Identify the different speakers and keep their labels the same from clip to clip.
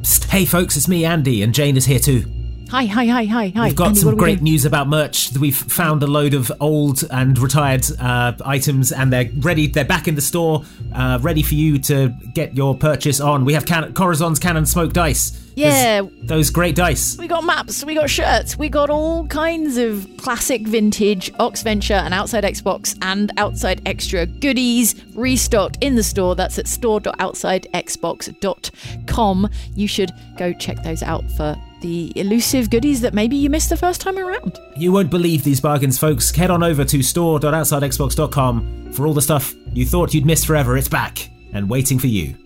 Speaker 1: Psst, hey folks, it's me, Andy, and Jane is here too.
Speaker 2: Hi, hi, hi, hi, hi.
Speaker 1: We've got
Speaker 2: Andy,
Speaker 1: some
Speaker 2: what are we
Speaker 1: great
Speaker 2: doing?
Speaker 1: news about merch. We've found a load of old and retired uh, items, and they're ready. They're back in the store, uh, ready for you to get your purchase on. We have can- Corazon's Cannon Smoke Dice.
Speaker 2: Yeah.
Speaker 1: There's those great dice.
Speaker 2: We got maps, we got shirts, we got all kinds of classic vintage Ox Venture and Outside Xbox and Outside Extra goodies restocked in the store. That's at store.outsidexbox.com. You should go check those out for the elusive goodies that maybe you missed the first time around.
Speaker 1: You won't believe these bargains, folks. Head on over to store.outsidexbox.com for all the stuff you thought you'd missed forever. It's back and waiting for you.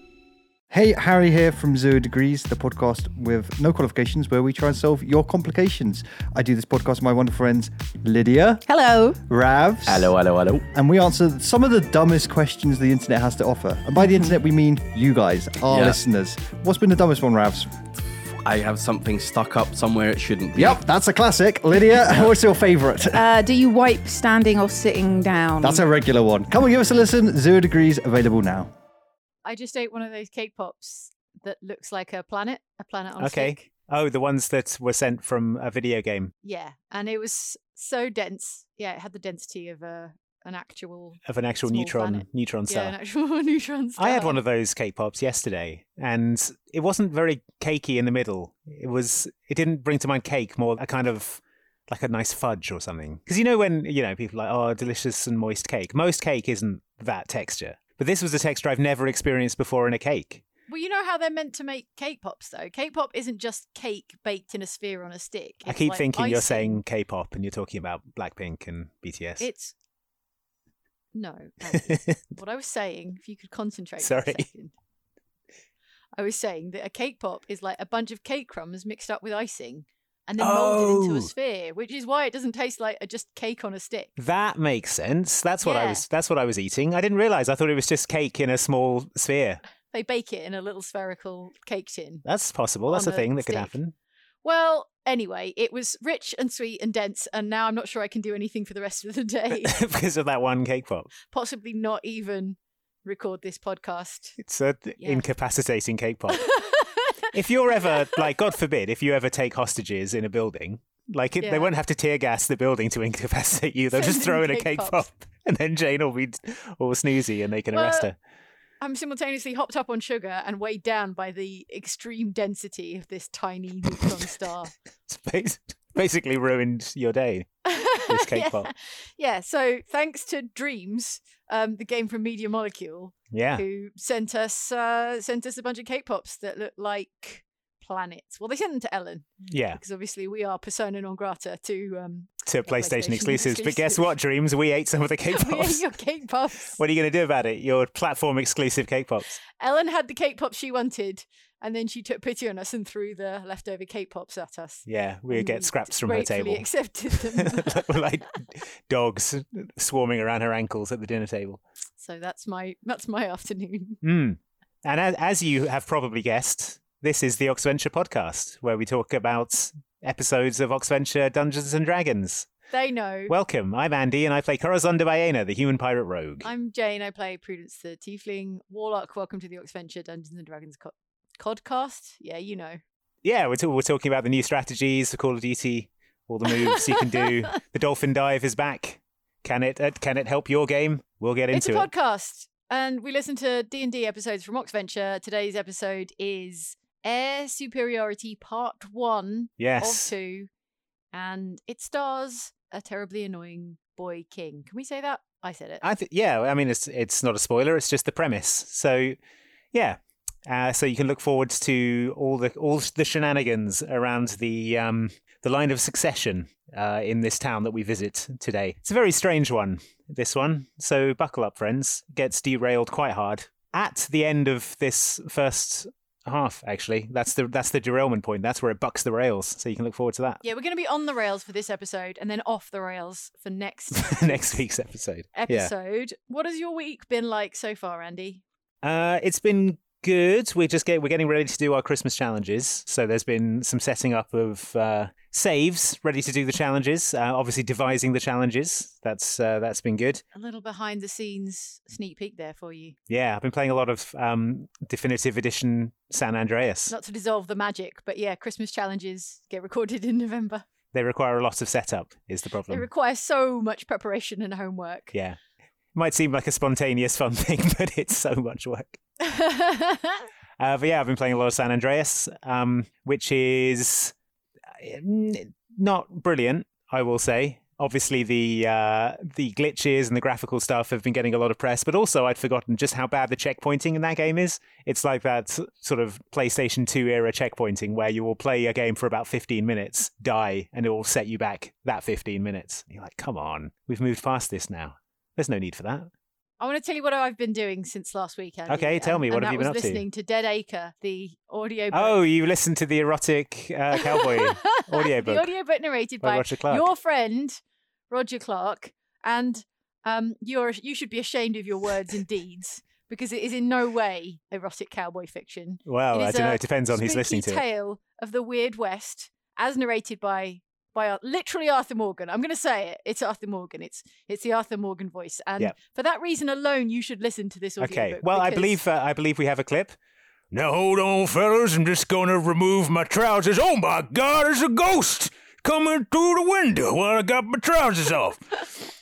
Speaker 3: Hey, Harry here from Zero Degrees, the podcast with no qualifications where we try and solve your complications. I do this podcast with my wonderful friends Lydia,
Speaker 2: Hello.
Speaker 3: Ravs.
Speaker 4: Hello, hello, hello.
Speaker 3: And we answer some of the dumbest questions the internet has to offer. And by the internet, we mean you guys, our
Speaker 4: Yeah.
Speaker 3: listeners. What's been the dumbest one, Ravs?
Speaker 4: I have something stuck up somewhere it shouldn't be.
Speaker 3: Yep, that's a classic. Lydia, what's your favorite?
Speaker 5: Uh, do you wipe standing or sitting down?
Speaker 3: That's a regular one. Come on, give us a listen. Zero Degrees available now.
Speaker 2: I just ate one of those cake pops that looks like a planet, a planet on a
Speaker 6: Okay.
Speaker 2: stick.
Speaker 6: Oh, the ones that were sent from a video game
Speaker 2: Yeah, and it was so dense. Yeah, it had the density of a an actual
Speaker 6: of an actual
Speaker 2: Small
Speaker 6: neutron
Speaker 2: planet.
Speaker 6: neutron
Speaker 2: yeah,
Speaker 6: star.
Speaker 2: an actual neutron star.
Speaker 6: I had one of those K-pops yesterday, and it wasn't very cakey in the middle. It was. It didn't bring to mind cake, more a kind of like a nice fudge or something. Because you know when you know people are like oh delicious and moist cake. Most cake isn't that texture, but this was a texture I've never experienced before in a cake.
Speaker 2: Well, you know how they're meant to make cake pops, though. Cake pop isn't just cake baked in a sphere on a stick.
Speaker 6: I
Speaker 2: It's
Speaker 6: keep
Speaker 2: like
Speaker 6: thinking you're
Speaker 2: icing.
Speaker 6: saying K-pop and you're talking about Blackpink and BTS.
Speaker 2: it's no. Andy. what I was saying, if you could concentrate. for a
Speaker 6: Sorry.
Speaker 2: second. I was saying that a cake pop is like a bunch of cake crumbs mixed up with icing and then molded into
Speaker 6: Oh.
Speaker 2: a sphere, which is why it doesn't taste like a just cake on a stick.
Speaker 6: That makes sense. That's what I
Speaker 2: Yeah.
Speaker 6: was. That's what I was eating. I didn't realize. I thought it was just cake in a small sphere.
Speaker 2: They bake it in a little spherical cake tin.
Speaker 6: That's possible. That's
Speaker 2: On
Speaker 6: a
Speaker 2: the
Speaker 6: thing that could
Speaker 2: stick.
Speaker 6: happen.
Speaker 2: Well, anyway, it was rich and sweet and dense, and now I'm not sure I can do anything for the rest of the day.
Speaker 6: because of that one cake pop.
Speaker 2: possibly not even record this podcast.
Speaker 6: It's a th-
Speaker 2: Yeah.
Speaker 6: incapacitating cake pop. if you're ever like, God forbid, if you ever take hostages in a building, like it,
Speaker 2: Yeah.
Speaker 6: they won't have to tear gas the building to incapacitate you. They'll
Speaker 2: Send
Speaker 6: just
Speaker 2: them
Speaker 6: throw in a
Speaker 2: cake
Speaker 6: cake
Speaker 2: pops.
Speaker 6: pop, and then Jane will be all snoozy, and they can arrest
Speaker 2: Well,
Speaker 6: her.
Speaker 2: I'm simultaneously hopped up on sugar and weighed down by the extreme density of this tiny neutron star.
Speaker 6: It's bas- basically ruined your day. This cake
Speaker 2: yeah.
Speaker 6: pop.
Speaker 2: Yeah, so thanks to Dreams, um, the game from Media Molecule,
Speaker 6: Yeah.
Speaker 2: who sent us uh, sent us a bunch of cake pops that look like planets. Well, they sent them to Ellen
Speaker 6: Yeah.
Speaker 2: because obviously we are persona non grata to um,
Speaker 6: to PlayStation,
Speaker 2: PlayStation
Speaker 6: exclusives. But
Speaker 2: exclusives.
Speaker 6: guess what, Dreams? We ate some of the cake
Speaker 2: we ate
Speaker 6: pops.
Speaker 2: your cake pops.
Speaker 6: what are you going to do about it? Your platform exclusive cake pops.
Speaker 2: Ellen had the cake pop she wanted, and then she took pity on us and threw the leftover cake pops at us.
Speaker 6: Yeah, we
Speaker 2: And
Speaker 6: get scraps from her
Speaker 2: Mm, gratefully
Speaker 6: table.
Speaker 2: Accepted them.
Speaker 6: We're like dogs swarming around her ankles at the dinner table.
Speaker 2: so that's my that's my afternoon.
Speaker 6: Mm. And as, as you have probably guessed, this is the Oxventure podcast, where we talk about episodes of Oxventure Dungeons and Dragons.
Speaker 2: They know.
Speaker 6: Welcome. I'm Andy, and I play Corazon de Baena, the human pirate rogue.
Speaker 2: I'm Jane. I play Prudence the Tiefling Warlock. Welcome to the Oxventure Dungeons and Dragons co- podcast. Yeah, you know.
Speaker 6: yeah, we're, t- we're talking about the new strategies for Call of Duty, all the moves you can do. The dolphin dive is back. Can it? Uh, can it help your game? We'll get
Speaker 2: it's a
Speaker 6: into it.
Speaker 2: podcast, and we listen to D and D episodes from Oxventure. Today's episode is Air Superiority Part One. of
Speaker 6: Yes,
Speaker 2: two, and it stars a terribly annoying boy king. Can we say that? I said it.
Speaker 6: I th- yeah. I mean, it's it's not a spoiler. It's just the premise. So, yeah. Uh, so you can look forward to all the all the shenanigans around the um, the line of succession uh, in this town that we visit today. It's a very strange one, this one. So buckle up, friends. Gets derailed quite hard at the end of this first half. Actually, that's the that's the derailment point. That's where it bucks the rails. So you can look forward to that
Speaker 2: yeah, we're going to be on the rails for this episode, and then off the rails for next
Speaker 6: next week's episode. Yeah.
Speaker 2: episode. What has your week been like so far, Andy?
Speaker 6: Uh, it's been good. We're just get, we're getting ready to do our Christmas challenges. So there's been some setting up of uh, saves, ready to do the challenges. Uh, obviously, devising the challenges. That's uh, that's been good.
Speaker 2: A little behind the scenes sneak peek there for you.
Speaker 6: Yeah, I've been playing a lot of um, definitive edition San Andreas.
Speaker 2: Not to dissolve the magic, but yeah, Christmas challenges get recorded in November.
Speaker 6: They require a lot of setup. Is the
Speaker 2: They
Speaker 6: problem?
Speaker 2: require so much preparation and homework.
Speaker 6: yeah, might seem like a spontaneous fun thing, but it's so much work. Uh, but yeah, I've been playing a lot of San Andreas, um, which is uh, n- not brilliant, I will say. Obviously, the uh, the glitches and the graphical stuff have been getting a lot of press, but also I'd forgotten just how bad the checkpointing in that game is. It's like that s- sort of PlayStation 2 era checkpointing where you will play a game for about 15 minutes, die, and it will set you back that 15 minutes. And you're like, come on, we've moved past this now. There's no need for that.
Speaker 2: I want to tell you what I've been doing since last weekend.
Speaker 6: Okay, tell me, what
Speaker 2: and
Speaker 6: have
Speaker 2: that
Speaker 6: you been
Speaker 2: was
Speaker 6: up to?
Speaker 2: listening to Dead Acre, the audio.
Speaker 6: Oh, you listened to the erotic uh, cowboy audiobook.
Speaker 2: the audiobook narrated
Speaker 6: by
Speaker 2: by,
Speaker 6: Roger Clark.
Speaker 2: your friend Roger Clark, and um, you're you should be ashamed of your words and deeds because it is in no way erotic cowboy fiction.
Speaker 6: Well,
Speaker 2: It
Speaker 6: I
Speaker 2: is
Speaker 6: don't know.
Speaker 2: a
Speaker 6: It depends on who's
Speaker 2: Spooky
Speaker 6: listening to it.
Speaker 2: tale of the Weird West, as narrated by by Ar- literally Arthur Morgan. I'm going to say it. It's Arthur Morgan. It's it's the Arthur Morgan voice, and
Speaker 6: Yep.
Speaker 2: for that reason alone, you should listen to this audiobook.
Speaker 6: Okay. Well, I
Speaker 2: because-
Speaker 6: believe uh, I believe we have a clip. Now hold on, fellas. I'm just gonna remove my trousers. Oh my God! There's a ghost coming through the window while I got my trousers off.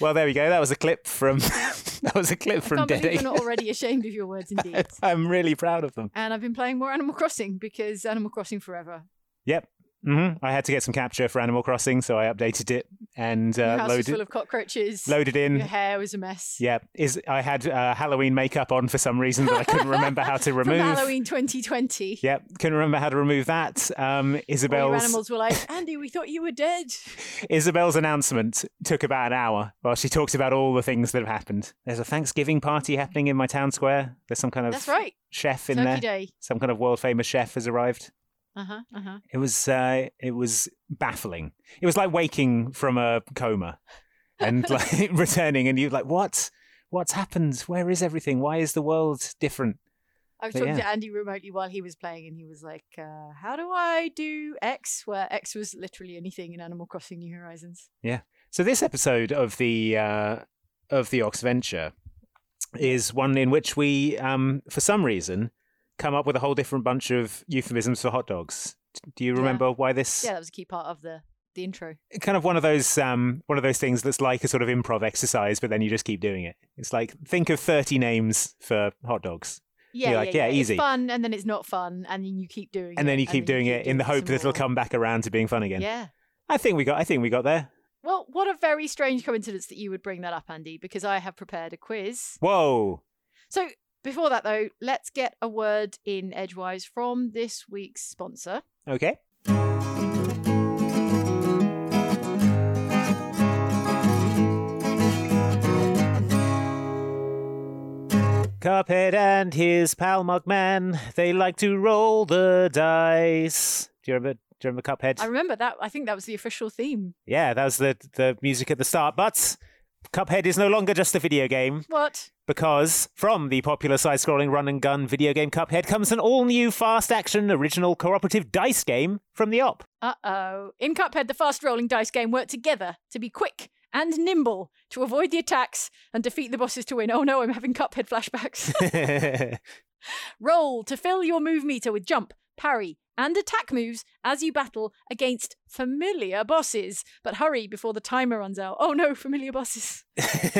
Speaker 6: well, there we go. That was a clip from. that was a clip
Speaker 2: I
Speaker 6: from
Speaker 2: can't
Speaker 6: Dead
Speaker 2: believe
Speaker 6: Ape.
Speaker 2: you're not already ashamed of your words and deeds.
Speaker 6: I'm really proud of them.
Speaker 2: and I've been playing more Animal Crossing because Animal Crossing Forever.
Speaker 6: Yep. hmm I had to get some capture for Animal Crossing, so I updated it and
Speaker 2: Your
Speaker 6: uh,
Speaker 2: house is
Speaker 6: loaded
Speaker 2: full of cockroaches.
Speaker 6: loaded in.
Speaker 2: Your hair is a mess.
Speaker 6: Yeah, is I had uh, Halloween makeup on for some reason that I couldn't remember how to
Speaker 2: From
Speaker 6: remove.
Speaker 2: Halloween 2020.
Speaker 6: Yep, couldn't remember how to remove that. Um,
Speaker 2: All your
Speaker 6: Isabel's
Speaker 2: animals were like, Andy, we thought you were dead.
Speaker 6: Isabel's announcement took about an hour while she talks about all the things that have happened. There's a Thanksgiving party happening in my town square. There's some kind of
Speaker 2: That's right.
Speaker 6: chef in
Speaker 2: Turkey
Speaker 6: there.
Speaker 2: Day.
Speaker 6: Some kind of world famous chef has arrived.
Speaker 2: Uh huh. Uh huh.
Speaker 6: It was uh, it was baffling. It was like waking from a coma and like returning, and you're like, what? What's happened? Where is everything? Why is the world different?
Speaker 2: I was
Speaker 6: But
Speaker 2: talking
Speaker 6: yeah.
Speaker 2: to Andy remotely while he was playing, and he was like, uh, "How do I do X?" Where X was literally anything in Animal Crossing: New Horizons.
Speaker 6: So this episode of the uh, of the Ox Venture is one in which we, um, for some reason, come up with a whole different bunch of euphemisms for hot dogs. D- Do you
Speaker 2: Yeah.
Speaker 6: remember why this?
Speaker 2: Yeah, that was a key part of the the intro.
Speaker 6: Kind of one of those um, one of those things that's like a sort of improv exercise, but then you just keep doing it. It's like think of thirty names for hot dogs,
Speaker 2: Yeah,
Speaker 6: You're like, yeah,
Speaker 2: It's
Speaker 6: easy.
Speaker 2: fun, and then it's not fun, and then you keep doing it,
Speaker 6: and then you keep doing it in the
Speaker 2: some
Speaker 6: hope that it'll
Speaker 2: more.
Speaker 6: come back around to being fun again.
Speaker 2: Yeah.
Speaker 6: I think we got. I think we got there.
Speaker 2: Well, what a very strange coincidence that you would bring that up, Andy, because I have prepared a quiz.
Speaker 6: Whoa!
Speaker 2: So before that, though, let's get a word in edgewise from this week's sponsor.
Speaker 6: Okay. Cuphead and his pal Mugman, they like to roll the dice. Do you remember? Do you remember Cuphead?
Speaker 2: I remember that. I think that was the official theme.
Speaker 6: yeah, that was the the music at the start. But Cuphead is no longer just a video game
Speaker 2: What?
Speaker 6: because from the popular side-scrolling run-and-gun video game Cuphead comes an all-new fast-action original cooperative dice game from the op.
Speaker 2: Uh oh. In Cuphead, the fast rolling dice game work together to be quick and nimble to avoid the attacks and defeat the bosses to win. Oh no, I'm having Cuphead flashbacks. Roll to fill your move meter with jump, parry, and attack moves as you battle against familiar bosses. But hurry before the timer runs out. Oh no, familiar bosses.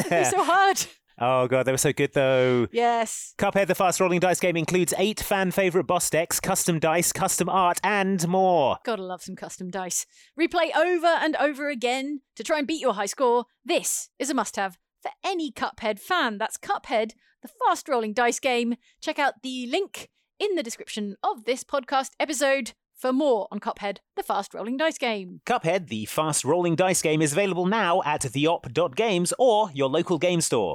Speaker 2: They're so hard.
Speaker 6: Oh god, they were so good though.
Speaker 2: Yes.
Speaker 6: Cuphead, the fast rolling dice game, includes eight fan favorite boss decks, custom dice, custom art, and more.
Speaker 2: Gotta love some custom dice. Replay over and over again to try and beat your high score. This is a must have for any Cuphead fan. That's Cuphead, the fast rolling dice game. Check out the link in the description of this podcast episode for more on Cuphead, the fast rolling dice game.
Speaker 6: Cuphead, the fast rolling dice game, is available now at theop.games or your local game store.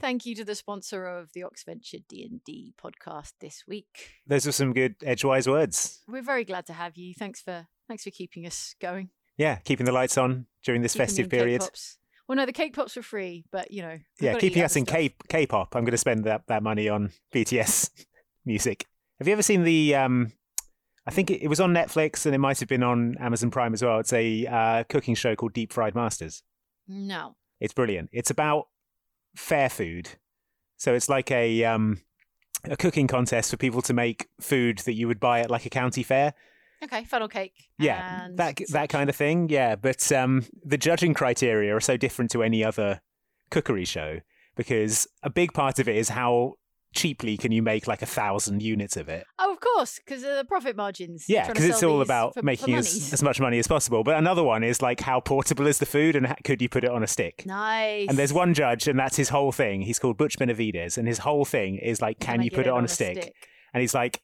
Speaker 2: Thank you to the sponsor of the Oxventure D&D podcast this week.
Speaker 6: Those are some good edgewise words.
Speaker 2: We're very glad to have you. Thanks for thanks for keeping us going.
Speaker 6: Yeah, keeping the lights on during this
Speaker 2: keeping
Speaker 6: festive
Speaker 2: in cake
Speaker 6: period.
Speaker 2: pops. Well, no, the cake pops were free, but you know. we've
Speaker 6: Yeah,
Speaker 2: gotta eat
Speaker 6: keeping
Speaker 2: other
Speaker 6: us in
Speaker 2: stuff.
Speaker 6: K- K-pop. I'm going to spend that, that money on BTS. music. Have you ever seen the? Um, I think it, it was on Netflix and it might have been on Amazon Prime as well. It's a uh, cooking show called Deep Fried Masters.
Speaker 2: No.
Speaker 6: It's brilliant. It's about fair food, so it's like a um, a cooking contest for people to make food that you would buy at like a county fair.
Speaker 2: Okay, funnel cake.
Speaker 6: Yeah,
Speaker 2: and
Speaker 6: that that
Speaker 2: such.
Speaker 6: kind of thing. Yeah, but um, the judging criteria are so different to any other cookery show because a big part of it is how cheaply can you make like a thousand units of it.
Speaker 2: Oh, of course, because of the profit margins.
Speaker 6: Yeah,
Speaker 2: Trying to
Speaker 6: because it's
Speaker 2: sell
Speaker 6: all
Speaker 2: these
Speaker 6: about
Speaker 2: for- for
Speaker 6: making as,
Speaker 2: monies.
Speaker 6: as much money as possible. But another one is like how portable is the food and how, could you put it on a stick?
Speaker 2: Nice.
Speaker 6: And there's one judge, and that's his whole thing. He's called Butch Benavides, and his whole thing is like, can,
Speaker 2: I
Speaker 6: you
Speaker 2: get
Speaker 6: put it on, a stick? And he's like,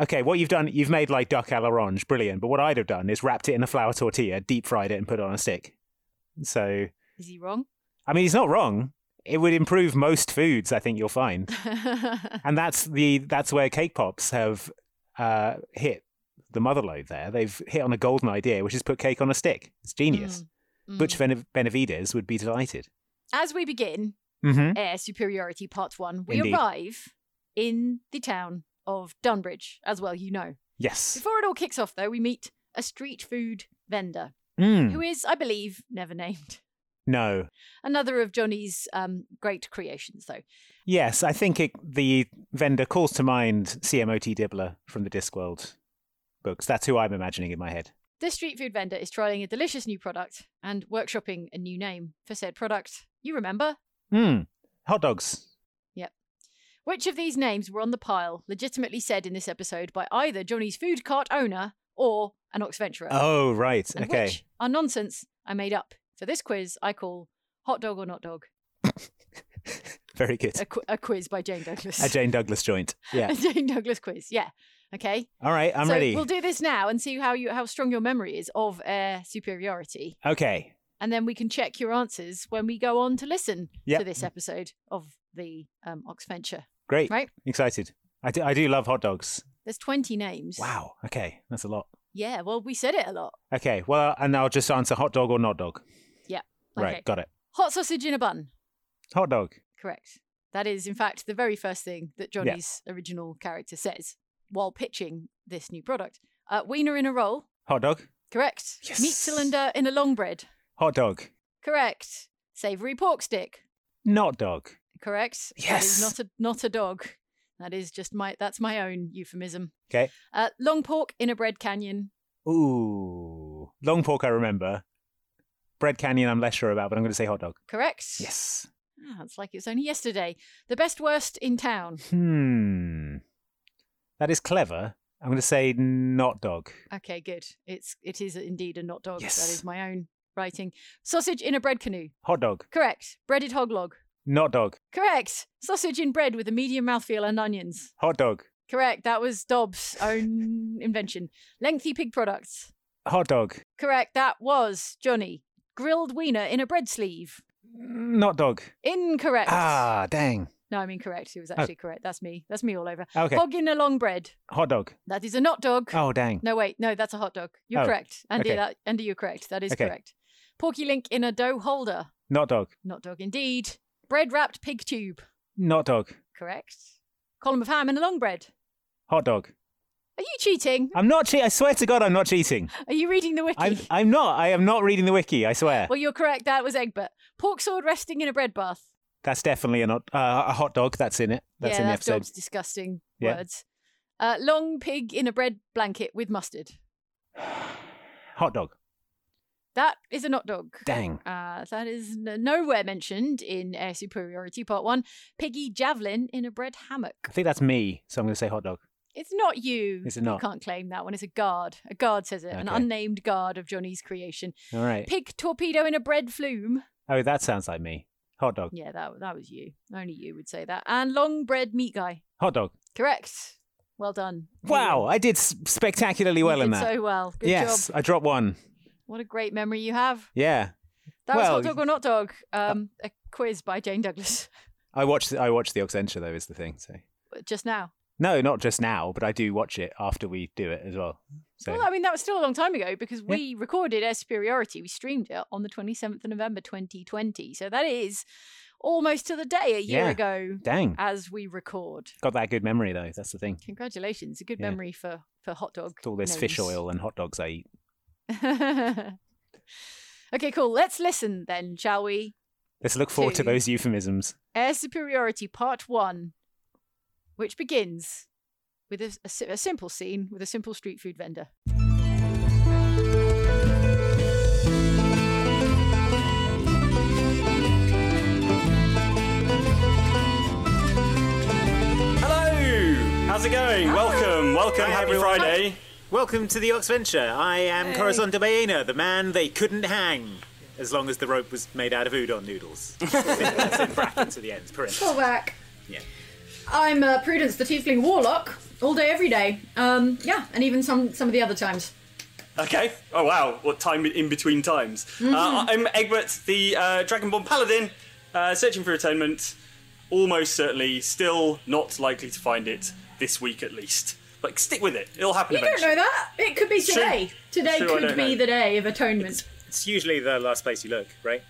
Speaker 6: okay, what you've done, you've made like duck a l'orange, brilliant. But what I'd have done is wrapped it in a flour tortilla, deep fried it, and put it on a stick. So,
Speaker 2: Is he wrong?
Speaker 6: I mean, he's not wrong. It would improve most foods, I think you'll find.
Speaker 2: Mm.
Speaker 6: and that's the that's where cake pops have uh, hit the motherlode. There, they've hit on a golden idea, which is put cake on a stick. It's genius.
Speaker 2: Mm.
Speaker 6: Butch Bene- Benavides would be delighted.
Speaker 2: As we begin
Speaker 6: Mm-hmm.
Speaker 2: Air Superiority Part 1, we
Speaker 6: Indeed.
Speaker 2: arrive in the town of Dunbridge, as well you know.
Speaker 6: Yes.
Speaker 2: Before it all kicks off, though, we meet a street food vendor
Speaker 6: Mm.
Speaker 2: who is, I believe, never named.
Speaker 6: No.
Speaker 2: Another of Johnny's um, great creations, though.
Speaker 6: Yes, I think it, the vendor calls to mind CMOT Dibbler from the Discworld books. That's who I'm imagining in my head.
Speaker 2: This street food vendor is trialing a delicious new product and workshopping a new name for said product. You remember?
Speaker 6: Mm. Hot dogs.
Speaker 2: Which of these names were on the pile legitimately said in this episode by either Johnny's food cart owner or an Oxventurer?
Speaker 6: Oh, right.
Speaker 2: and
Speaker 6: okay.
Speaker 2: which are nonsense I made up. For this quiz, I call Hot Dog or Not Dog,
Speaker 6: Very good.
Speaker 2: a, qu- a quiz by Jane Douglas.
Speaker 6: A Jane Douglas joint. Yeah.
Speaker 2: A Jane Douglas quiz, yeah. Okay.
Speaker 6: All right, I'm
Speaker 2: so
Speaker 6: ready.
Speaker 2: We'll do this now and see how you how strong your memory is of air superiority.
Speaker 6: okay.
Speaker 2: And then we can check your answers when we go on to listen
Speaker 6: Yep.
Speaker 2: to this episode of the um, Ox Venture.
Speaker 6: Great.
Speaker 2: Right?
Speaker 6: Excited. I do, I do love hot dogs.
Speaker 2: There's 20 names.
Speaker 6: Wow. Okay. That's a lot.
Speaker 2: Yeah, well, we said it a lot.
Speaker 6: Okay. Well, and I'll just answer hot dog or not dog.
Speaker 2: Okay.
Speaker 6: Right. Got it.
Speaker 2: Hot sausage in a bun.
Speaker 6: Hot dog.
Speaker 2: Correct. That is, in fact, the very first thing that Johnny's original character says while pitching this new product. Uh, wiener in a roll.
Speaker 6: Hot dog.
Speaker 2: Correct. Meat
Speaker 6: Yes.
Speaker 2: cylinder in a long bread.
Speaker 6: Hot dog.
Speaker 2: Correct. Savory pork stick.
Speaker 6: Not dog.
Speaker 2: Correct.
Speaker 6: Yes.
Speaker 2: That is not a not a dog. That is just my that's my own euphemism.
Speaker 6: Okay.
Speaker 2: Uh, long pork in a bread canyon.
Speaker 6: Ooh. Long pork, I remember. Bread Canyon, I'm less sure about, but I'm going to say hot dog.
Speaker 2: Correct.
Speaker 6: Yes.
Speaker 2: Ah, it's like it was only yesterday. The best worst in town.
Speaker 6: Hmm. That is clever. I'm going to say not dog.
Speaker 2: Okay, good. It's it is indeed a not dog. That
Speaker 6: Yes.
Speaker 2: is my own writing. Sausage in a bread canoe.
Speaker 6: Hot dog.
Speaker 2: Correct. Breaded hog log.
Speaker 6: Not dog.
Speaker 2: Correct. Sausage in bread with a medium mouthfeel and onions.
Speaker 6: Hot dog.
Speaker 2: Correct. That was Dobbs' own invention. Lengthy pig products.
Speaker 6: Hot dog.
Speaker 2: Correct. That was Johnny. Grilled wiener in a bread sleeve.
Speaker 6: Not dog.
Speaker 2: Incorrect.
Speaker 6: Ah, dang.
Speaker 2: No, I'm incorrect. It was actually correct. That's me. That's me all over.
Speaker 6: Okay.
Speaker 2: Hog in a long bread.
Speaker 6: Hot dog.
Speaker 2: That is a not dog.
Speaker 6: Oh, dang.
Speaker 2: No, wait. No, that's a hot dog. You're
Speaker 6: Oh,
Speaker 2: correct. Andy,
Speaker 6: okay.
Speaker 2: that, Andy, you're correct. That is
Speaker 6: Okay.
Speaker 2: correct. Porky link in a dough holder.
Speaker 6: Not dog.
Speaker 2: Not dog indeed. Bread wrapped pig tube.
Speaker 6: Not dog.
Speaker 2: Correct. Column of ham in a long bread.
Speaker 6: Hot dog.
Speaker 2: Are you cheating?
Speaker 6: I'm not cheating. I swear to God, I'm not cheating.
Speaker 2: Are you reading the wiki?
Speaker 6: Uh, I'm, uh, I'm not. I am not reading the wiki. I swear.
Speaker 2: Well, you're correct. That was Egbert. Pork sword resting in a bread bath.
Speaker 6: That's definitely a, not, uh, a hot dog. That's in it. That's
Speaker 2: yeah,
Speaker 6: in the
Speaker 2: that's
Speaker 6: episode.
Speaker 2: Dobbs' disgusting
Speaker 6: Yeah.
Speaker 2: words. Uh, long pig in a bread blanket with mustard.
Speaker 6: Hot dog.
Speaker 2: That is a not dog.
Speaker 6: Dang.
Speaker 2: Uh, that is n- nowhere mentioned in Air Superiority Part 1. Piggy javelin in a bread hammock.
Speaker 6: I think that's me. So I'm going to say hot dog.
Speaker 2: It's not you.
Speaker 6: Is it not?
Speaker 2: You can't claim that one. It's a guard. A guard says it. An
Speaker 6: Okay.
Speaker 2: unnamed guard of Johnny's creation.
Speaker 6: All right.
Speaker 2: Pig torpedo in a bread flume.
Speaker 6: Oh, that sounds like me. Hot dog.
Speaker 2: Yeah, that, that was you. Only you would say that. And long bread meat guy.
Speaker 6: Hot dog.
Speaker 2: Correct. Well done. You
Speaker 6: Wow,
Speaker 2: win.
Speaker 6: I did s- spectacularly
Speaker 2: You
Speaker 6: well in
Speaker 2: did
Speaker 6: that.
Speaker 2: so well. Good
Speaker 6: yes,
Speaker 2: job.
Speaker 6: I dropped one.
Speaker 2: What a great memory you have.
Speaker 6: Yeah,
Speaker 2: That
Speaker 6: Well, Uh,
Speaker 2: was Hot Dog or Not Dog, um, a quiz by Jane Douglas
Speaker 6: I watched. I watched the Oxenture though. Is the thing. So
Speaker 2: just now.
Speaker 6: no, not just now, but I do watch it after we do it as well. So
Speaker 2: Well, I mean, that was still a long time ago because we recorded Air Superiority. We streamed it on the 27th of November 2020. So that is almost to the day a year
Speaker 6: Yeah.
Speaker 2: ago
Speaker 6: Dang.
Speaker 2: as we record.
Speaker 6: Got that good memory, though. That's the thing.
Speaker 2: Congratulations. A good
Speaker 6: Yeah.
Speaker 2: memory for, for hot dog.
Speaker 6: It's all this fish
Speaker 2: names.
Speaker 6: oil and hot dogs I eat.
Speaker 2: okay, cool. Let's listen then, shall we?
Speaker 6: Let's look forward to
Speaker 2: Two.
Speaker 6: those euphemisms.
Speaker 2: Air Superiority Part 1, which begins with a, a si- a simple scene with a simple street food vendor.
Speaker 7: Hello! How's it going? Welcome, welcome,
Speaker 6: Hi,
Speaker 7: happy
Speaker 6: everyone.
Speaker 7: Friday.
Speaker 6: Welcome to the Ox Venture. I am Corazon de Baena, the man they couldn't hang, as long as the rope was made out of udon noodles. That's in brackets at the ends.
Speaker 2: Call back. I'm uh, Prudence, the Tiefling Warlock, all day, every day. Um, yeah, and even some some of the other times.
Speaker 7: Okay. Oh wow, what time in between times. Uh, I'm Egbert, the uh, Dragonborn Paladin, uh, searching for atonement. Almost certainly, still not likely to find it this week at least. But stick with it, it'll happen
Speaker 2: You don't know
Speaker 7: eventually.
Speaker 2: that. It could be
Speaker 7: Sure.
Speaker 2: today. Today
Speaker 7: Sure, I
Speaker 2: could
Speaker 7: don't
Speaker 2: be
Speaker 7: know.
Speaker 2: the day of atonement.
Speaker 6: It's usually the last place you look, right?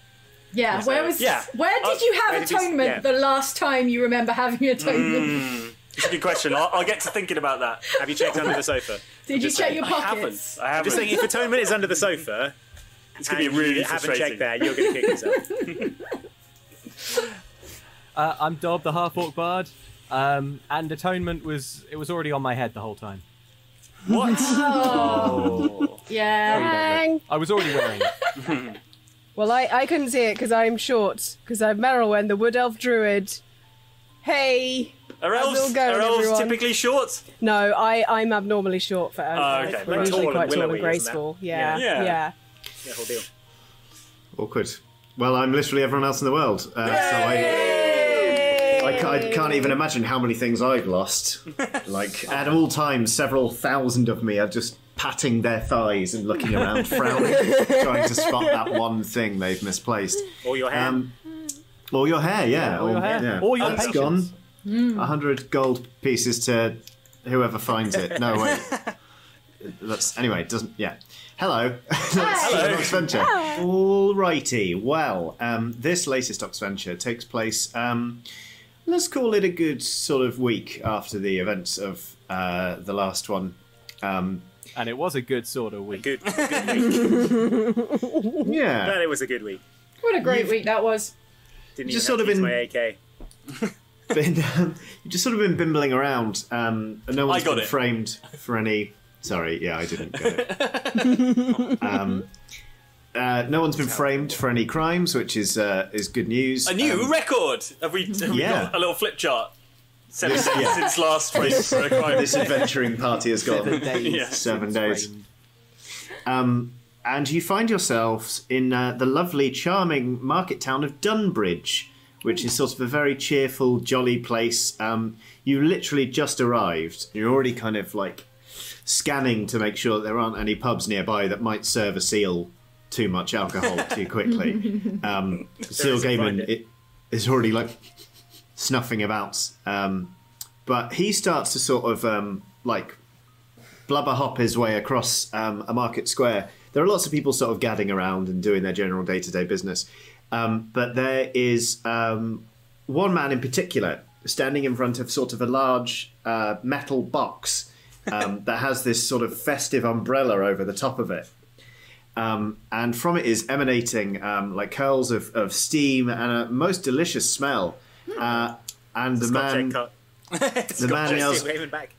Speaker 2: yeah, where was?
Speaker 7: Yeah.
Speaker 2: Where did
Speaker 7: Uh,
Speaker 2: you have
Speaker 6: where did you-
Speaker 2: atonement
Speaker 6: yeah.
Speaker 2: the last time you remember having atonement?
Speaker 7: Mm, It's a good question. I'll, I'll get to thinking about that.
Speaker 6: Have you checked under the sofa?
Speaker 2: did you
Speaker 7: Just
Speaker 2: check
Speaker 7: saying,
Speaker 2: your
Speaker 7: I
Speaker 2: pockets?
Speaker 7: haven't. I haven't.
Speaker 6: Just saying, if atonement is under the sofa,
Speaker 7: it's going to be
Speaker 6: and
Speaker 7: really
Speaker 6: you haven't
Speaker 7: frustrating.
Speaker 6: checked there, you're going to kick yourself.
Speaker 8: Uh, I'm Dob, the half orc bard, um, and atonement was it was already on my head the whole time.
Speaker 7: What?
Speaker 2: Yeah.
Speaker 9: Hang.
Speaker 8: I was already wearing it.
Speaker 9: Well, I, I couldn't see it because I'm short. Because I'm Merylwen, the Wood Elf Druid. Hey.
Speaker 7: Are
Speaker 9: How's it all
Speaker 7: elves,
Speaker 9: going,
Speaker 7: are elves
Speaker 9: everyone?
Speaker 7: typically short?
Speaker 9: No, I, I'm abnormally short for elves.
Speaker 7: Oh, okay.
Speaker 9: We're
Speaker 7: Like
Speaker 9: usually
Speaker 7: tall and
Speaker 9: quite tall
Speaker 6: willowy,
Speaker 9: and
Speaker 6: isn't that-
Speaker 9: graceful. Yeah.
Speaker 7: Yeah.
Speaker 9: Yeah.
Speaker 7: Yeah.
Speaker 6: Yeah, whole deal.
Speaker 10: Awkward. Well, I'm literally everyone else in the world, uh, so I, I, ca- I can't even imagine how many things I've lost. Like, at all times, several thousand of me are just patting their thighs and looking around, frowning, trying to spot that one thing they've misplaced.
Speaker 6: All your hair.
Speaker 10: Um, or your hair, yeah.
Speaker 8: or your hair.
Speaker 10: Yeah.
Speaker 8: Or your
Speaker 10: That's
Speaker 8: patience.
Speaker 10: gone. A hundred gold pieces to whoever finds it. No, wait. That's anyway. It doesn't yeah. Hello. Hello. Venture. Alrighty. Well, um, this latest Ox Venture takes place. Um, let's call it a good sort of week after the events of uh, the last one. Um,
Speaker 8: and it was a good sort of week.
Speaker 6: Good, good week.
Speaker 10: yeah.
Speaker 6: But it was a good week.
Speaker 9: What a great week that was.
Speaker 6: Didn't
Speaker 10: Just
Speaker 6: even
Speaker 10: sort of
Speaker 6: have to
Speaker 10: in-
Speaker 6: use my AK.
Speaker 10: been um, you've just sort of been bimbling around. Um, and no one's
Speaker 7: I got
Speaker 10: been
Speaker 7: it.
Speaker 10: framed for any. Sorry, yeah, I didn't get it. um, uh, no one's been framed for any crimes, which is uh, is good news.
Speaker 7: A new
Speaker 10: Um,
Speaker 7: record. Have we? Have we
Speaker 10: Yeah.
Speaker 7: got a little flip chart. Seven
Speaker 10: This-
Speaker 7: days
Speaker 10: yeah.
Speaker 7: since last frame for a crime.
Speaker 10: this adventuring party has got
Speaker 8: Seven days.
Speaker 7: Yeah.
Speaker 10: Seven
Speaker 8: since
Speaker 10: days.
Speaker 8: rain.
Speaker 10: and you find yourselves in uh, the lovely, charming market town of Dunbridge, which is sort of a very cheerful, jolly place. Um, you literally just arrived. You're already kind of like scanning to make sure that there aren't any pubs nearby that might serve a seal too much alcohol too quickly. um, seal Gaiman it. is already like snuffing about, um, but he starts to sort of um, like blubber hop his way across um, a market square. There are lots of people sort of gadding around and doing their general day to day business. Um, but there is um, one man in particular standing in front of sort of a large uh, metal box um, that has this sort of festive umbrella over the top of it. Um, and from it is emanating um, like curls of, of steam and a most delicious smell. Uh, and the
Speaker 6: Scotch
Speaker 10: man,
Speaker 6: egg cut.
Speaker 10: the man yells,
Speaker 6: Steve Raven back.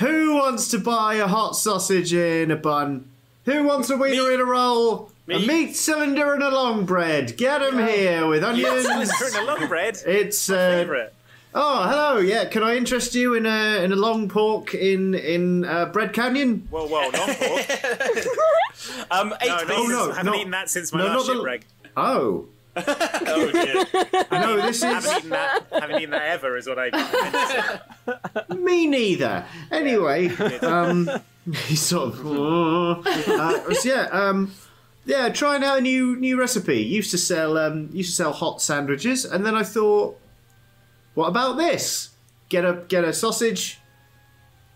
Speaker 10: who wants to buy a hot sausage in a bun? Who wants a wiener in a roll? A meat cylinder and a long bread. Get 'em here with onions.
Speaker 6: Turn a long bread.
Speaker 10: it's uh,
Speaker 6: Favourite.
Speaker 10: oh hello yeah. Can I interest you in a in a long pork in in uh, Bread Canyon?
Speaker 6: Well, well, long pork.
Speaker 7: Um, eight
Speaker 6: No, no,
Speaker 7: pieces.
Speaker 10: no,
Speaker 6: I haven't
Speaker 10: no.
Speaker 6: eaten that since my
Speaker 10: No,
Speaker 6: last
Speaker 10: not the-
Speaker 6: shipwreck.
Speaker 10: Oh
Speaker 7: Oh, dear.
Speaker 10: no, this is
Speaker 6: haven't eaten that. haven't eaten that ever. Is what I.
Speaker 10: me neither. Anyway, um, he's sort of uh, so yeah, um, yeah. Trying out a new new recipe. Used to sell um, used to sell hot sandwiches, and then I thought, what about this? Get a get a sausage,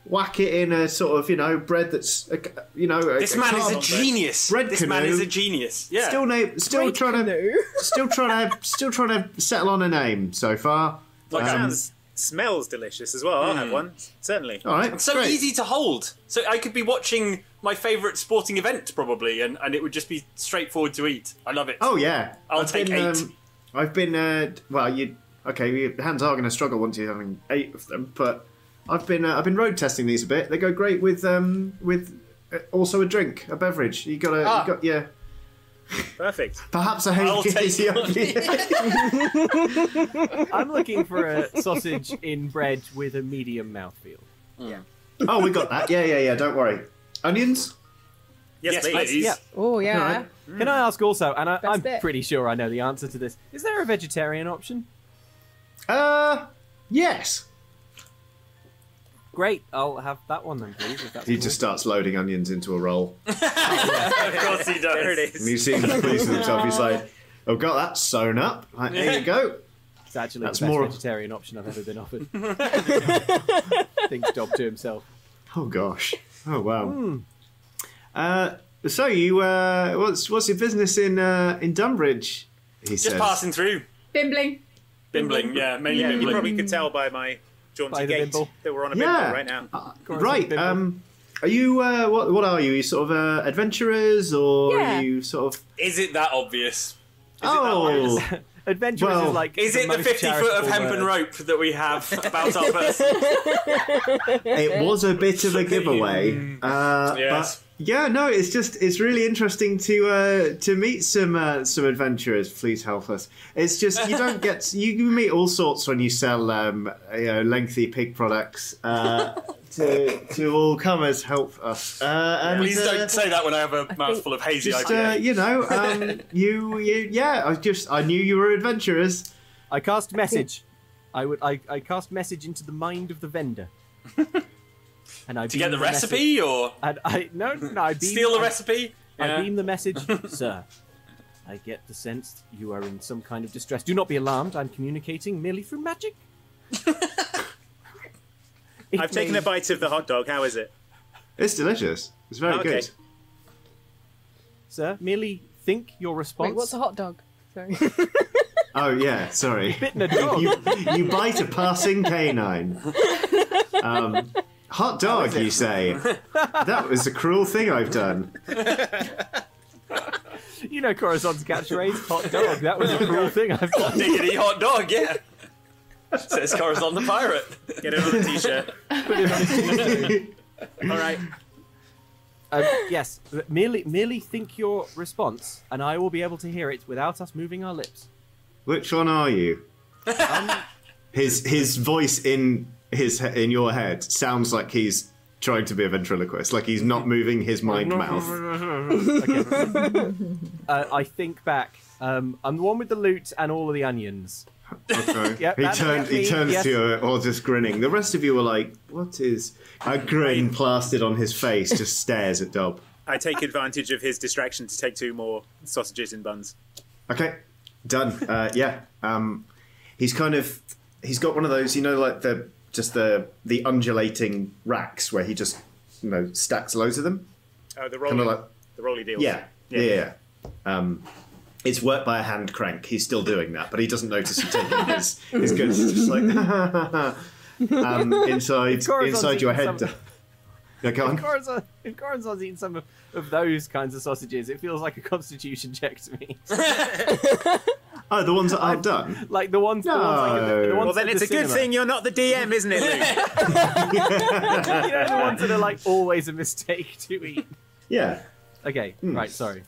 Speaker 10: whack it in a sort of you know bread that's a, you know a,
Speaker 7: This man is a
Speaker 10: cardboard bread-
Speaker 7: genius.
Speaker 10: Bread
Speaker 7: this
Speaker 10: canoe.
Speaker 7: man is a genius. Yeah.
Speaker 10: Still name. Still
Speaker 7: Bread
Speaker 10: trying to. Still trying to. Still trying to settle on a name so far.
Speaker 11: Like
Speaker 10: Um,
Speaker 11: sounds smells delicious as well. I'll have
Speaker 7: Hmm.
Speaker 11: one certainly.
Speaker 10: All right,
Speaker 7: It's so
Speaker 10: great.
Speaker 7: easy to hold. So I could be watching my favourite sporting event probably, and, and it would just be straightforward to eat. I love it.
Speaker 10: Oh yeah,
Speaker 7: I'll take
Speaker 10: been,
Speaker 7: eight.
Speaker 10: um, I've been uh, well. You okay? Your hands are going to struggle once you're having eight of them, but I've been uh, I've been road testing these a bit. They go great with um with uh, also a drink, a beverage. You got to you
Speaker 11: Ah.
Speaker 10: got yeah.
Speaker 11: Perfect.
Speaker 10: Perhaps a I'll take is the one.
Speaker 8: I'm looking for a sausage in bread with a medium mouthfeel.
Speaker 11: Yeah.
Speaker 10: oh, we got that. Yeah, yeah, yeah. Don't worry. Onions.
Speaker 11: Yes, please.
Speaker 8: Yeah.
Speaker 9: Oh
Speaker 10: yeah.
Speaker 8: Can I ask also? And I, I'm
Speaker 9: bit.
Speaker 8: pretty sure I know the answer to this. Is there a vegetarian option?
Speaker 10: Uh, yes.
Speaker 8: Great. I'll have that one then, please. If that's
Speaker 10: He
Speaker 8: cool.
Speaker 10: just starts loading onions into a roll.
Speaker 11: of course he does. There it
Speaker 10: And
Speaker 11: is.
Speaker 10: you see him pleased with himself. He's like, "Oh, got that sewn up. Like, there you go."
Speaker 8: It's actually
Speaker 10: That's
Speaker 8: the best
Speaker 10: more-
Speaker 8: vegetarian option I've ever been offered. Thinks Dob to himself.
Speaker 10: Oh gosh. Oh wow. Uh, so you, uh, what's what's your business in uh, in Dunbridge? He
Speaker 7: Just passing through.
Speaker 9: Bimbling.
Speaker 7: Bimbling, yeah, mainly
Speaker 11: Yeah, you
Speaker 7: bimbling.
Speaker 11: probably could tell by my
Speaker 8: By
Speaker 11: jaunty
Speaker 8: the
Speaker 11: gait
Speaker 8: bimble.
Speaker 11: that we're on a bimble
Speaker 10: Yeah.
Speaker 11: right
Speaker 7: Uh,
Speaker 11: now.
Speaker 10: Right. Um, are you? Uh, what what are you? Are you sort of uh, adventurers, or
Speaker 2: Yeah.
Speaker 10: are you sort of?
Speaker 7: Is it that obvious?
Speaker 10: oh,
Speaker 8: Adventurous
Speaker 10: Well,
Speaker 8: is like.
Speaker 7: Is it the
Speaker 8: most
Speaker 7: 50 foot of
Speaker 8: charitable
Speaker 7: hemp and
Speaker 8: word.
Speaker 7: rope that we have about our person?
Speaker 10: it was a bit of a giveaway.
Speaker 7: Hmm.
Speaker 10: Uh,
Speaker 7: Yes.
Speaker 10: But yeah, no, it's just it's really interesting to uh, to meet some uh, some adventurers. Please help us. It's just you don't get you, you meet all sorts when you sell um, you know, lengthy pig products. Uh, to to all comers, help us. Uh, and,
Speaker 7: Please
Speaker 10: uh,
Speaker 7: don't say that when I have a mouthful of hazy
Speaker 10: Just
Speaker 7: IPA.
Speaker 10: uh, you know, um, you, you yeah. I just I knew you were adventurers.
Speaker 8: I cast message. I would. I, I cast message into the mind of the vendor. And I
Speaker 7: to get
Speaker 8: beam
Speaker 7: the
Speaker 8: message-
Speaker 7: recipe or
Speaker 8: And I no no. I beam,
Speaker 7: steal the
Speaker 8: I-
Speaker 7: recipe?
Speaker 8: I
Speaker 7: Yeah.
Speaker 8: beam the message, sir. I get the sense you are in some kind of distress. Do not be alarmed. I'm communicating merely through magic. It
Speaker 11: I've taken
Speaker 8: may-
Speaker 11: a bite of the hot dog. How is it?
Speaker 10: It's delicious. It's very
Speaker 11: Okay.
Speaker 10: good.
Speaker 8: sir. Merely think your response.
Speaker 9: Wait, what's a hot dog? Sorry.
Speaker 10: Oh yeah, sorry.
Speaker 8: Bitten a dog.
Speaker 10: you, you bite a passing canine. Um, hot dog, you say? That was a cruel thing I've done.
Speaker 8: You know Corazon's catchphrase, hot dog. That was a cruel thing I've done.
Speaker 7: Diggity hot dog, yeah. Says Corazon the pirate.
Speaker 11: Get it on the t-shirt. All right.
Speaker 8: Um, yes, but merely, merely think your response, and I will be able to hear it without us moving our lips.
Speaker 10: Which one are you? His his voice in his he- in your head sounds like he's trying to be a ventriloquist, like he's not moving his mind mouth.
Speaker 8: Uh, I think back. Um, I'm the one with the loot and all of the onions.
Speaker 10: Okay.
Speaker 8: Yep,
Speaker 10: he
Speaker 8: that's
Speaker 10: turns he
Speaker 8: me,
Speaker 10: turns
Speaker 8: yes.
Speaker 10: to you, uh, all just grinning. The rest of you are like, "What is?" A grin plastered on his face just stares at Dob.
Speaker 11: I take advantage of his distraction to take two more sausages and buns.
Speaker 10: Okay, done. Uh, yeah, um, he's kind of he's got one of those, you know, like the just the the undulating racks where he just you know stacks loads of them.
Speaker 11: Oh, the rolly,
Speaker 10: like-
Speaker 11: the rolly deals.
Speaker 10: Yeah, yeah, yeah. Um, it's worked by a hand crank. He's still doing that, but he doesn't notice you taking his his goods. He's just like um, inside
Speaker 8: Corazon's
Speaker 10: inside your
Speaker 8: eating
Speaker 10: head.
Speaker 8: some-
Speaker 10: Yeah, go on.
Speaker 8: Corazon, if Corazon's eaten some of, of those kinds of sausages, it feels like a constitution check to me.
Speaker 10: Oh, the ones that aren't done.
Speaker 8: like the ones, the ones, like, the, the
Speaker 10: No.
Speaker 8: ones
Speaker 11: Well, then
Speaker 8: at
Speaker 11: it's
Speaker 8: the
Speaker 11: a good
Speaker 8: cinema.
Speaker 11: thing you're not the DM, isn't it, Luke?
Speaker 8: you know, the ones that are like always a mistake to eat.
Speaker 10: Yeah.
Speaker 8: Okay,
Speaker 10: Hmm.
Speaker 8: right, sorry.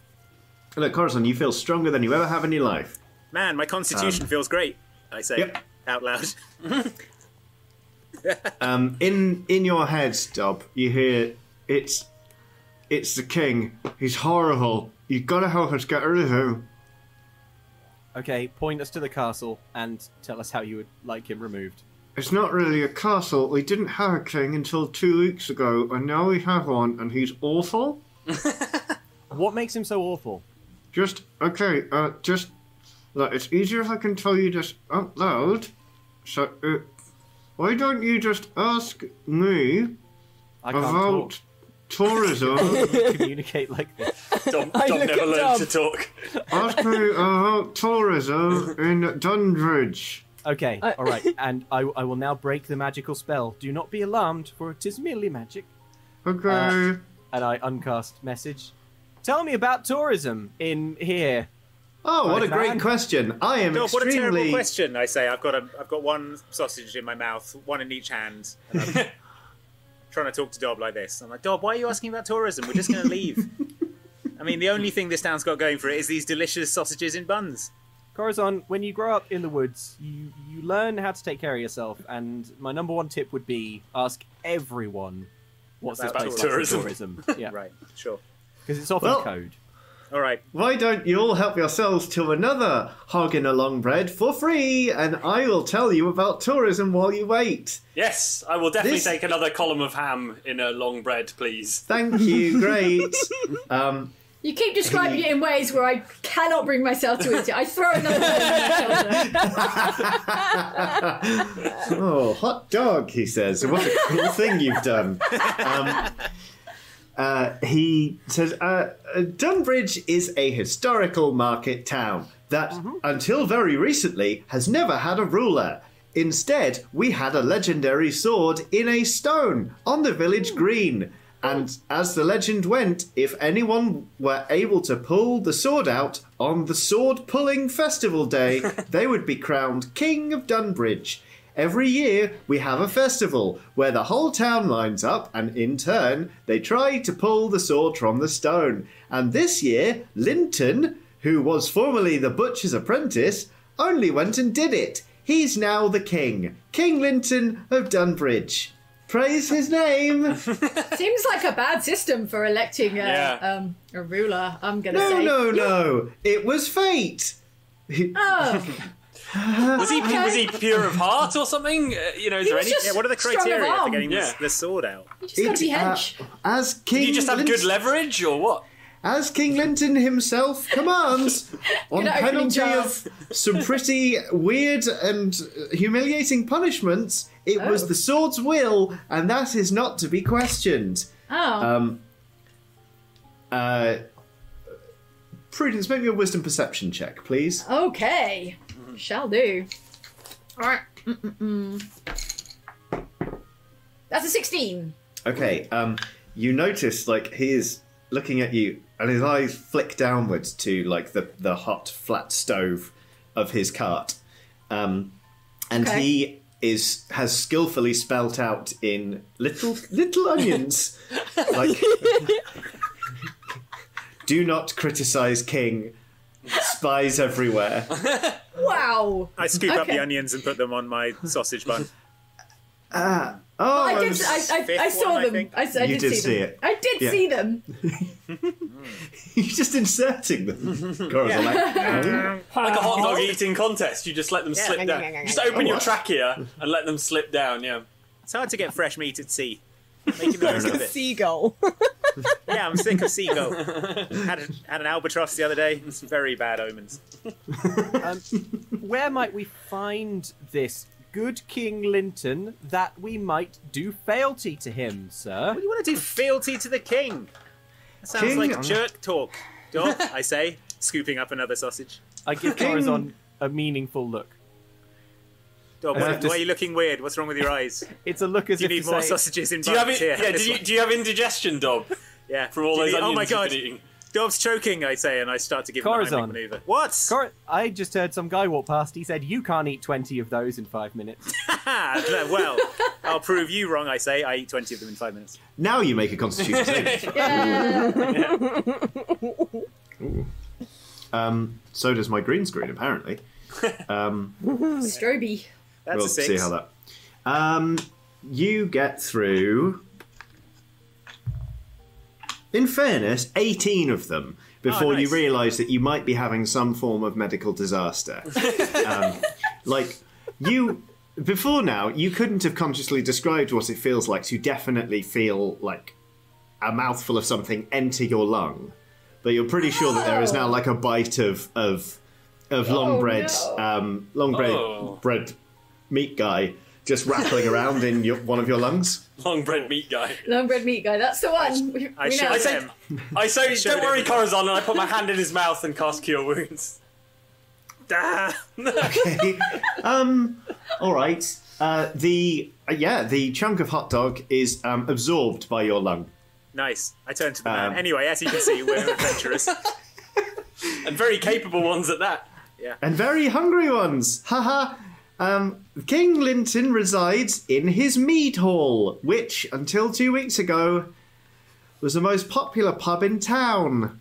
Speaker 10: Look, Corazon, you feel stronger than you ever have in your life.
Speaker 11: Man, my
Speaker 7: Um,
Speaker 11: constitution feels great. I say
Speaker 10: Yep.
Speaker 11: out loud.
Speaker 10: Um, in in your head, Dob, you hear it's it's the king. He's horrible. You gotta help us get rid of him.
Speaker 8: Okay, point us to the castle and tell us how you would like him removed.
Speaker 10: It's not really a castle. We didn't have a king until two weeks ago, and now we have one, and he's awful.
Speaker 8: What makes him so awful?
Speaker 10: Just okay. Uh, just look. It's easier if I can tell you this out loud. So, uh, why don't you just ask me
Speaker 8: I can't
Speaker 10: About tourism.
Speaker 8: talk. communicate like this.
Speaker 7: Dom,
Speaker 8: I
Speaker 7: Dom
Speaker 8: look
Speaker 7: never
Speaker 8: at
Speaker 7: learned to
Speaker 8: Dom.
Speaker 7: talk.
Speaker 10: Ask me about uh, tourism in Dunbridge.
Speaker 8: Okay, all right, and I, I will now break the magical spell. Do not be alarmed, for it is merely magic.
Speaker 10: Okay.
Speaker 8: Uh, and I uncast message. Tell me about tourism in here.
Speaker 10: Oh, what
Speaker 8: Hi,
Speaker 10: a great
Speaker 8: Van.
Speaker 10: question! I am
Speaker 6: God, what a terrible
Speaker 10: extremely.
Speaker 6: question! I say, I've got a, I've got one sausage in my mouth, one in each hand, and I'm trying to talk to Dob like this. I'm like, Dob, why are you asking about tourism? We're just going to leave. I mean, the only thing this town's got going for it is these delicious sausages in buns.
Speaker 8: Corazon, when you grow up in the woods, you, you learn how to take care of yourself, and my number one tip would be ask everyone what's this
Speaker 6: About
Speaker 8: place
Speaker 6: tourism.
Speaker 8: like for tourism. Yeah,
Speaker 6: right, sure.
Speaker 8: Because it's often
Speaker 10: Well-
Speaker 8: code.
Speaker 6: All right.
Speaker 10: Why don't you all help yourselves to another hogging along bread for free, and I will tell you about tourism while you wait.
Speaker 7: Yes, I will definitely
Speaker 10: This-
Speaker 7: take another column of ham in a long bread, please.
Speaker 10: Thank you, great. um,
Speaker 2: You keep describing it in ways where I cannot bring myself to eat it. I throw another one over my shoulder.
Speaker 10: oh, hot dog, he says. What a cool thing you've done. Um, uh, he says, uh, uh, Dunbridge is a historical market town that, until very recently, has never had a ruler. Instead, we had a legendary sword in a stone on the village green. And as the legend went, if anyone were able to pull the sword out on the sword pulling festival day, they would be crowned King of Dunbridge. Every year, we have a festival where the whole town lines up and in turn, they try to pull the sword from the stone. And this year, Linton, who was formerly the butcher's apprentice, only went and did it. He's now the king, King Linton of Dunbridge. Praise his name!
Speaker 2: Seems like a bad system for electing a,
Speaker 10: Yeah.
Speaker 2: um, a ruler. I'm gonna
Speaker 10: no,
Speaker 2: say.
Speaker 10: no, no! It was fate!
Speaker 2: Oh,
Speaker 7: Was he was he pure of heart or something? Uh, you know, is
Speaker 6: He
Speaker 7: there
Speaker 6: was
Speaker 7: any?
Speaker 6: just Yeah, what are the strong of criteria for arm. getting this- the sword out?
Speaker 2: You
Speaker 10: It, uh, as King,
Speaker 7: Did you just have good
Speaker 10: Linton-
Speaker 7: leverage or what?
Speaker 10: As King Linton himself commands, on
Speaker 7: Good opening,
Speaker 10: penalty
Speaker 7: Charles.
Speaker 10: of some pretty weird and uh, humiliating punishments, it
Speaker 7: Oh.
Speaker 10: was the sword's will, and that is not to be questioned.
Speaker 2: Oh.
Speaker 10: Um, uh, Prudence, make me a wisdom perception check, please.
Speaker 2: okay. Shall do. All right. Mm-mm-mm. That's a 16.
Speaker 10: Okay, um, you notice like he is looking at you, and his eyes flick downwards to like the the hot flat stove of his cart, um, and
Speaker 2: Okay.
Speaker 10: he is has skillfully spelt out in little little onions like do not criticize king spies everywhere
Speaker 2: Wow.
Speaker 6: I scoop up
Speaker 2: Okay.
Speaker 6: the onions and put them on my sausage bun.
Speaker 10: ah
Speaker 2: Well,
Speaker 10: oh
Speaker 2: I did. I, I, I
Speaker 6: fifth
Speaker 2: saw
Speaker 6: one, I
Speaker 2: them.
Speaker 6: think.
Speaker 2: I, s- I
Speaker 10: You
Speaker 2: did
Speaker 10: did
Speaker 2: see,
Speaker 10: see
Speaker 2: them.
Speaker 10: it.
Speaker 2: I did
Speaker 10: Yeah.
Speaker 2: see them.
Speaker 10: you're just inserting them Cora's like, "No."
Speaker 7: Like a hot dog eating contest, you just let them
Speaker 6: Yeah.
Speaker 7: slip down. Just open your trachea and let them slip down. Yeah.
Speaker 6: It's hard to get fresh meat at sea. Making the most of it.
Speaker 9: seagull.
Speaker 6: Yeah, I'm sick of seagull. had, a, had an albatross the other day. It's very bad omens.
Speaker 8: Um, Where might we find this good King Linton that we might do fealty to him, sir?
Speaker 6: You want to do fealty to the king? That sounds
Speaker 8: King-
Speaker 6: like jerk talk. Dog, I say, scooping up another sausage.
Speaker 8: I give
Speaker 6: King-
Speaker 8: Corazon a meaningful look.
Speaker 6: Dog,
Speaker 8: I
Speaker 6: why,
Speaker 8: have to
Speaker 6: why
Speaker 8: s-
Speaker 6: are you looking weird? What's wrong with your eyes?
Speaker 8: It's a look as
Speaker 6: do you
Speaker 8: if
Speaker 6: need
Speaker 8: to
Speaker 6: more
Speaker 8: say-
Speaker 6: sausages in
Speaker 7: Do you have
Speaker 6: buns?
Speaker 7: it?
Speaker 6: Here,
Speaker 7: Yeah.
Speaker 6: this
Speaker 7: Do you,
Speaker 6: one.
Speaker 7: do you have indigestion, Dob?
Speaker 6: Yeah.
Speaker 7: From all
Speaker 6: Do
Speaker 7: those
Speaker 6: you need- oh
Speaker 7: onions
Speaker 6: my
Speaker 7: you've
Speaker 6: god,
Speaker 7: been eating.
Speaker 6: Dob's choking, I say, and I start to give him a
Speaker 8: Corazon.
Speaker 6: Heimlich maneuver. What?
Speaker 8: Cor- I just heard some guy walk past. He said, "You can't eat twenty of those in five minutes."
Speaker 6: Ah, no, well, I'll prove you wrong, I say. I eat 20 of them in five minutes.
Speaker 10: now you make a constitution saving throw. Um, so does my green screen, apparently. Um,
Speaker 2: Stroby.
Speaker 10: we'll see how that. Um, you get through. In fairness, eighteen of them before you realise that you might be having some form of medical disaster. um, like you, before now, you couldn't have consciously described what it feels like to definitely feel like a mouthful of something enter your lung, but you're pretty sure that there is now like a bite of of of long bread, um, long bread,
Speaker 7: Oh.
Speaker 10: bread meat guy just rattling around in your, one of your lungs.
Speaker 7: Long bread meat guy.
Speaker 2: Long bread meat guy. That's the one. We, we know.
Speaker 7: I said, I say,
Speaker 2: I showed
Speaker 7: don't worry, Corazon, and I put my hand in his mouth and cast Cure Wounds. Ah.
Speaker 10: okay. Um, all right. Uh, the uh, yeah, the chunk of hot dog is um, absorbed by your lung.
Speaker 6: Nice. I turned to the
Speaker 10: Um,
Speaker 6: man. Anyway, as you can see, we're adventurous.
Speaker 7: and very capable ones at that.
Speaker 6: Yeah.
Speaker 10: and very hungry ones. Haha. Um, King Linton resides in his mead hall, which until two weeks ago was the most popular pub in town.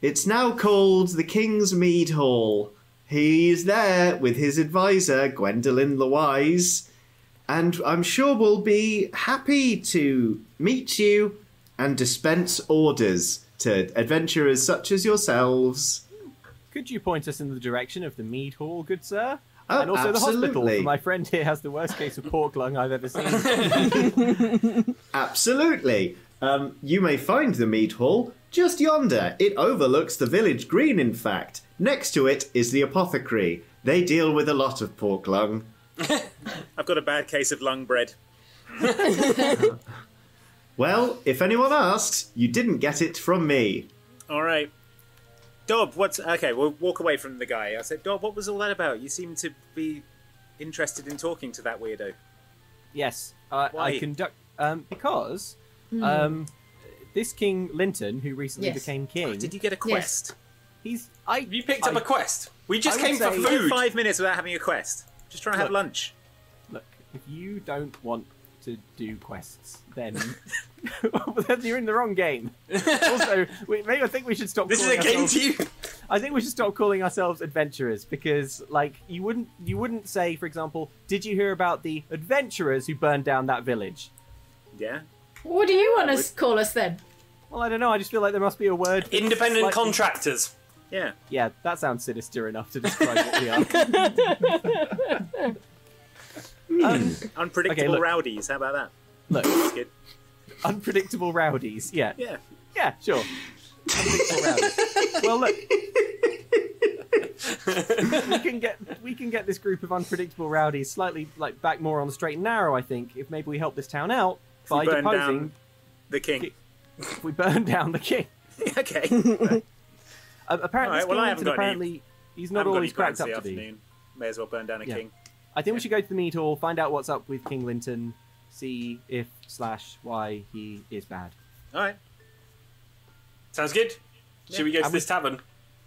Speaker 10: it's now called the King's Mead Hall. He's there with his advisor, Gwendolyn the Wise, and I'm sure will be happy to meet you and dispense orders to adventurers such as yourselves.
Speaker 8: Could you point us in the direction of the mead hall, good sir?
Speaker 10: Oh,
Speaker 8: and also the hospital.
Speaker 10: absolutely.
Speaker 8: for My friend here has the worst case of pork lung I've ever seen.
Speaker 10: Absolutely. Um, you may find the mead hall just yonder. It overlooks the village green, in fact. Next to it is the apothecary. They deal with a lot of pork lung.
Speaker 6: I've got a bad case of lung bread.
Speaker 10: Well, if anyone asks, you didn't get it from me.
Speaker 6: All right. Dob, what's. Okay, we'll walk away from the guy. I said, Dob, what was all that about? You seem to be interested in talking to that weirdo.
Speaker 8: Yes, I, I
Speaker 6: Why?
Speaker 8: conduct um, because
Speaker 6: Hmm.
Speaker 8: um, this King Linton, who recently
Speaker 6: Yes.
Speaker 8: became king,
Speaker 6: Oh, did you get a quest?
Speaker 8: He's. I. You
Speaker 7: picked up
Speaker 8: I-
Speaker 7: a quest. We just
Speaker 8: I would
Speaker 7: came for
Speaker 8: say-
Speaker 7: food.
Speaker 6: Five minutes without having a quest. Just trying to have
Speaker 8: Look.
Speaker 6: lunch.
Speaker 8: Look, if you don't want to do quests, then then you're in the wrong game. also, we, maybe I think we should stop.
Speaker 7: This is
Speaker 8: calling
Speaker 7: a game
Speaker 8: ourselves-
Speaker 7: to you.
Speaker 8: I think we should stop calling ourselves adventurers because, like, you wouldn't you wouldn't say, for example, did you hear about the adventurers who burned down that village?
Speaker 6: Yeah.
Speaker 2: What do you want to call us then?
Speaker 8: Well, I don't know. I just feel like there must be a word. that's
Speaker 7: Independent
Speaker 8: slightly-
Speaker 7: contractors.
Speaker 6: Yeah.
Speaker 8: Yeah, that sounds sinister enough to describe what we are. Um,
Speaker 6: Unpredictable
Speaker 8: look.
Speaker 6: rowdies. How about that?
Speaker 8: Look,
Speaker 6: good.
Speaker 8: unpredictable rowdies. Yeah,
Speaker 6: Yeah.
Speaker 8: yeah, sure. Unpredictable rowdies. well, look, we can get we can get this group of unpredictable rowdies slightly like back more on the straight and narrow. I think if maybe we help this town out
Speaker 6: If
Speaker 8: by
Speaker 6: we burn
Speaker 8: deposing,
Speaker 6: down the king.
Speaker 8: if we burn down the king.
Speaker 6: okay.
Speaker 8: Uh, apparently,
Speaker 6: Alright,
Speaker 8: King
Speaker 6: well, I
Speaker 8: Linton
Speaker 6: haven't got any-
Speaker 8: apparently he's not
Speaker 6: Haven't got
Speaker 8: all he's
Speaker 6: any plans
Speaker 8: cracked up
Speaker 6: for
Speaker 8: to
Speaker 6: the
Speaker 8: be.
Speaker 6: afternoon. May as well burn down a
Speaker 8: Yeah.
Speaker 6: king.
Speaker 8: I think we should go to the meat hall, find out what's up with King Linton, see if slash why he is bad.
Speaker 6: All right.
Speaker 7: Sounds good. Should we go to
Speaker 8: And we-
Speaker 7: this tavern?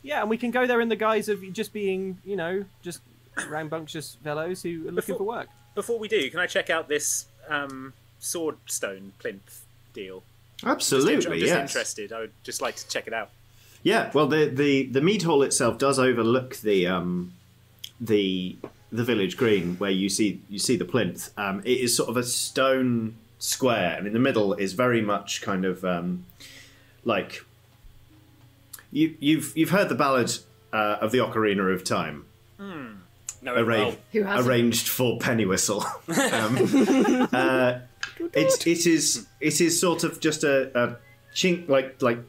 Speaker 8: Yeah, and we can go there in the guise of just being, you know, just rambunctious fellows who are looking for work.
Speaker 6: Before we do, can I check out this um, sword stone plinth deal?
Speaker 10: Absolutely,
Speaker 6: Just inter- I'm just
Speaker 10: yes.
Speaker 6: interested. I would just like to check it out.
Speaker 10: Yeah, well, the the the mead hall itself does overlook the um, the the village green where you see you see the plinth. Um, it is sort of a stone square, and in the middle is very much kind of um, like you you've you've heard the ballad uh, of the Ocarina of Time,
Speaker 7: Hmm. No,
Speaker 10: arra-
Speaker 7: Who hasn't?
Speaker 10: arranged for Pennywhistle. um, uh, it's it is it is sort of just a, a chink like like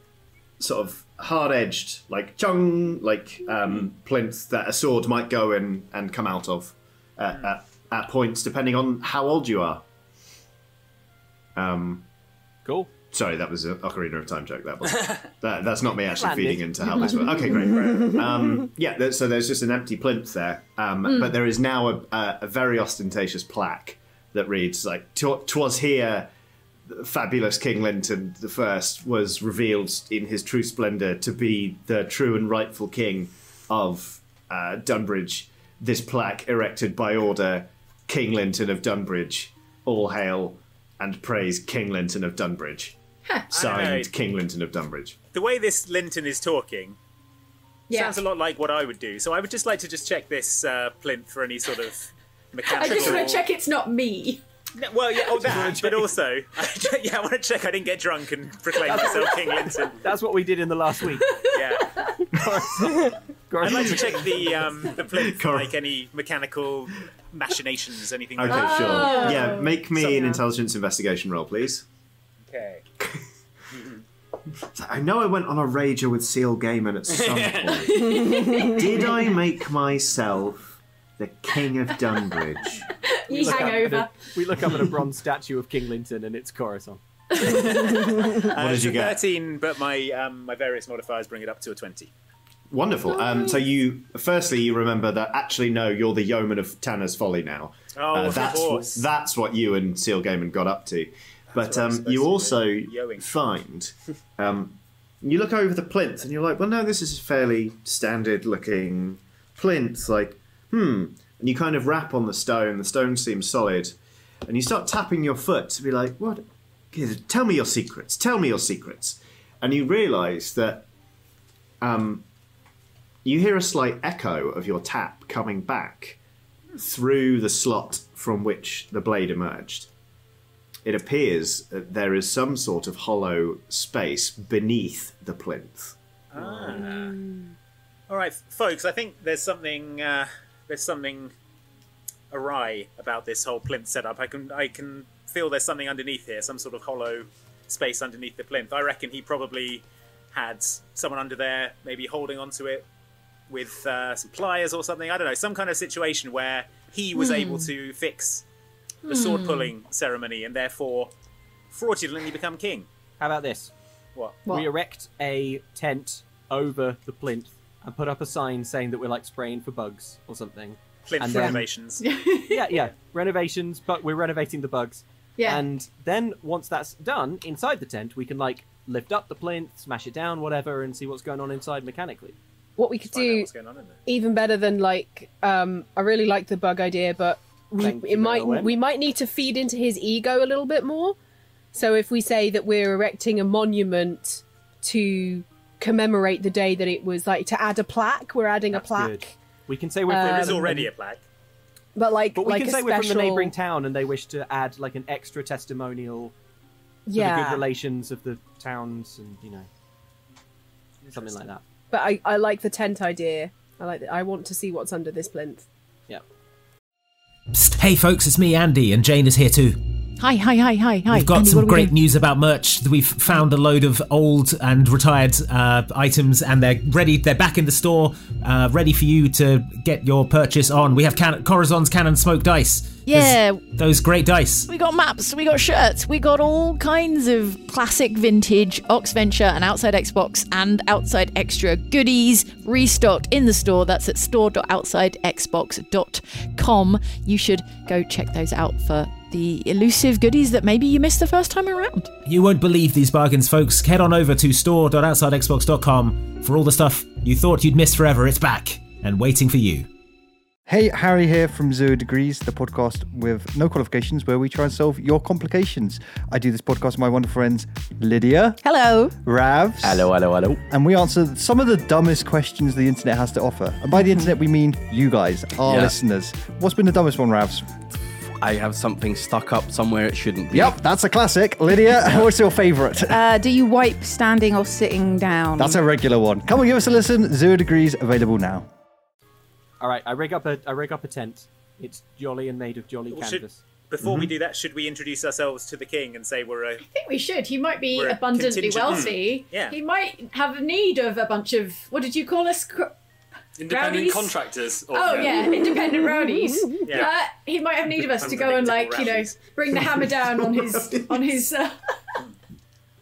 Speaker 10: sort of hard edged like chung like um, plinth that a sword might go in and come out of uh, at, at points depending on how old you are. Um,
Speaker 8: cool.
Speaker 10: Sorry, that was an Ocarina of Time joke. That was that, that's not me actually
Speaker 8: Landed.
Speaker 10: feeding into how this works. Okay, great. great. Um, yeah, there, so there's just an empty plinth there, um,
Speaker 11: Mm.
Speaker 10: but there is now a, a, a very ostentatious plaque that reads like "Tw- "Twas here." the Fabulous King Linton the First was revealed in his true splendor to be the true and rightful king of uh, Dunbridge. This plaque erected by order King Linton of Dunbridge. All hail and praise King Linton of Dunbridge. Signed,
Speaker 6: Alright.
Speaker 10: King Linton of Dunbridge.
Speaker 6: The way this Linton is talking
Speaker 2: Yeah.
Speaker 6: sounds a lot like what I would do. So I would just like to just check this uh, plinth for any sort of
Speaker 2: I
Speaker 6: mechanical.
Speaker 2: just want to check it's not me.
Speaker 6: No, well, yeah, oh, that. But also, yeah, I want to check. I didn't get drunk and proclaim myself King Linton.
Speaker 8: That's what we did in the last week.
Speaker 6: Yeah. I'd like to check the um, the plinth, like any mechanical machinations, anything.
Speaker 10: Okay,
Speaker 6: like that.
Speaker 10: sure. Yeah, make me an intelligence investigation roll, please.
Speaker 6: Okay.
Speaker 10: I know I went on a rager with Seal Gaiman at some point. Did I make myself the King of Dunbridge?
Speaker 8: we
Speaker 2: You
Speaker 8: look
Speaker 2: hang
Speaker 8: up at a-
Speaker 2: over.
Speaker 8: we look up at a bronze statue of King Linton, and it's Coruscant.
Speaker 6: Uh,
Speaker 10: did
Speaker 6: it's
Speaker 10: you
Speaker 6: a
Speaker 10: get?
Speaker 6: Thirteen, but my um, my various modifiers bring it up to a twenty.
Speaker 10: Wonderful. Um, so you, firstly, you remember that actually, no, you're the yeoman of Tanner's Folly now.
Speaker 6: Oh, of
Speaker 10: Uh, that's
Speaker 6: course.
Speaker 10: What, that's what you and Seal Gaiman got up to. but
Speaker 6: what I'm
Speaker 10: um,
Speaker 6: supposed
Speaker 10: you
Speaker 6: to be,
Speaker 10: also
Speaker 6: yoing.
Speaker 10: find, um, you look over the plinth and you're like, well, no, this is a fairly standard-looking plinth. Like, hmm. And you kind of rap on the stone. The stone seems solid, and you start tapping your foot to be like, what? Kid, Tell me your secrets. Tell me your secrets. And you realise that um, you hear a slight echo of your tap coming back through the slot from which the blade emerged. It appears that there is some sort of hollow space beneath the plinth.
Speaker 6: Ah. All right, folks. I think there's something uh, there's something awry about this whole plinth setup. I can I can feel there's something underneath here, some sort of hollow space underneath the plinth. I reckon he probably had someone under there, maybe holding onto it with uh, some pliers or something. I don't know, some kind of situation where he was
Speaker 7: Hmm.
Speaker 6: able to fix the sword
Speaker 7: Hmm.
Speaker 6: pulling ceremony and therefore fraudulently become king.
Speaker 8: How about this?
Speaker 6: What?
Speaker 8: We erect a tent over the plinth and put up a sign saying that we're like spraying for bugs or something.
Speaker 6: Plinth
Speaker 8: And then-
Speaker 6: renovations.
Speaker 8: yeah, yeah, renovations. But we're renovating the bugs.
Speaker 2: Yeah.
Speaker 8: And then once that's done inside the tent, we can like lift up the plinth, smash it down, whatever, and see what's going on inside mechanically.
Speaker 9: What we could do
Speaker 8: even
Speaker 9: better than like um, I really like the bug idea, but we,
Speaker 8: Thank
Speaker 9: it
Speaker 8: you,
Speaker 9: might
Speaker 8: Merlin.
Speaker 9: we might need to feed into his ego a little bit more. So if we say that we're erecting a monument to commemorate the day that it was like to add a plaque, we're adding a plaque,
Speaker 8: Good. We can say we're
Speaker 9: Um,
Speaker 8: from
Speaker 9: There is already
Speaker 6: a plaque.
Speaker 9: but like
Speaker 8: But we
Speaker 9: like
Speaker 8: can
Speaker 9: a
Speaker 8: say
Speaker 9: special
Speaker 8: we're from the neighbouring town and they wish to add like an extra testimonial for the
Speaker 9: Yeah.
Speaker 8: good relations of the towns and you know something like that.
Speaker 9: But I, I like the tent idea. I like the, I want to see what's under this plinth.
Speaker 1: Psst, hey folks, it's me, Andy, and Jane is here too.
Speaker 12: Hi, hi, hi, hi, hi.
Speaker 1: We've got
Speaker 12: Andy, what
Speaker 1: some
Speaker 12: are we
Speaker 1: great
Speaker 12: doing?
Speaker 1: news about merch. We've found a load of old and retired uh, items, and they're ready. They're back in the store, uh, ready for you to get your purchase on. We have can- Corazon's Cannon Smoke Dice. There's
Speaker 12: Yeah.
Speaker 1: those great dice.
Speaker 12: We got maps, we got shirts, we got all kinds of classic vintage Ox Venture and Outside Xbox and Outside Extra goodies restocked in the store. That's at store.outsidexbox.com. You should go check those out for the elusive goodies that maybe you missed the first time around.
Speaker 1: You won't believe these bargains, folks. Head on over to store.outsidexbox.com for all the stuff you thought you'd missed forever. It's back and waiting for you.
Speaker 3: Hey, Harry here from Zero Degrees, the podcast with no qualifications where we try and solve your complications. I do this podcast with my wonderful friends Lydia.
Speaker 12: Hello.
Speaker 3: Ravs.
Speaker 13: Hello, hello, hello.
Speaker 3: And we answer some of the dumbest questions the internet has to offer. And by the internet, we mean you guys, our
Speaker 13: Yeah.
Speaker 3: listeners. What's been the dumbest one, Ravs?
Speaker 13: I have something stuck up somewhere it shouldn't be.
Speaker 3: Yep, that's a classic. Lydia, what's your favourite?
Speaker 5: Uh, do you wipe standing or sitting down?
Speaker 3: That's a regular one. Come on, give us a listen. Zero Degrees available now.
Speaker 8: All right, I rig up a I rig up a tent. It's jolly and made of jolly
Speaker 6: Well, should-
Speaker 8: canvas.
Speaker 6: Before we do that, should we introduce ourselves to the king and say we're a
Speaker 2: I think we should. He might be
Speaker 6: We're a
Speaker 2: abundantly
Speaker 6: contingent- Mm.
Speaker 2: wealthy.
Speaker 6: Yeah.
Speaker 2: He might have a need of a bunch of what did you call us? Cr-
Speaker 7: Independent
Speaker 2: Rowdies?
Speaker 7: contractors. Or,
Speaker 2: Oh yeah, independent rowdies.
Speaker 7: Yeah.
Speaker 2: Uh, he might have need of us to go and like you know bring the hammer down on his on his. Uh,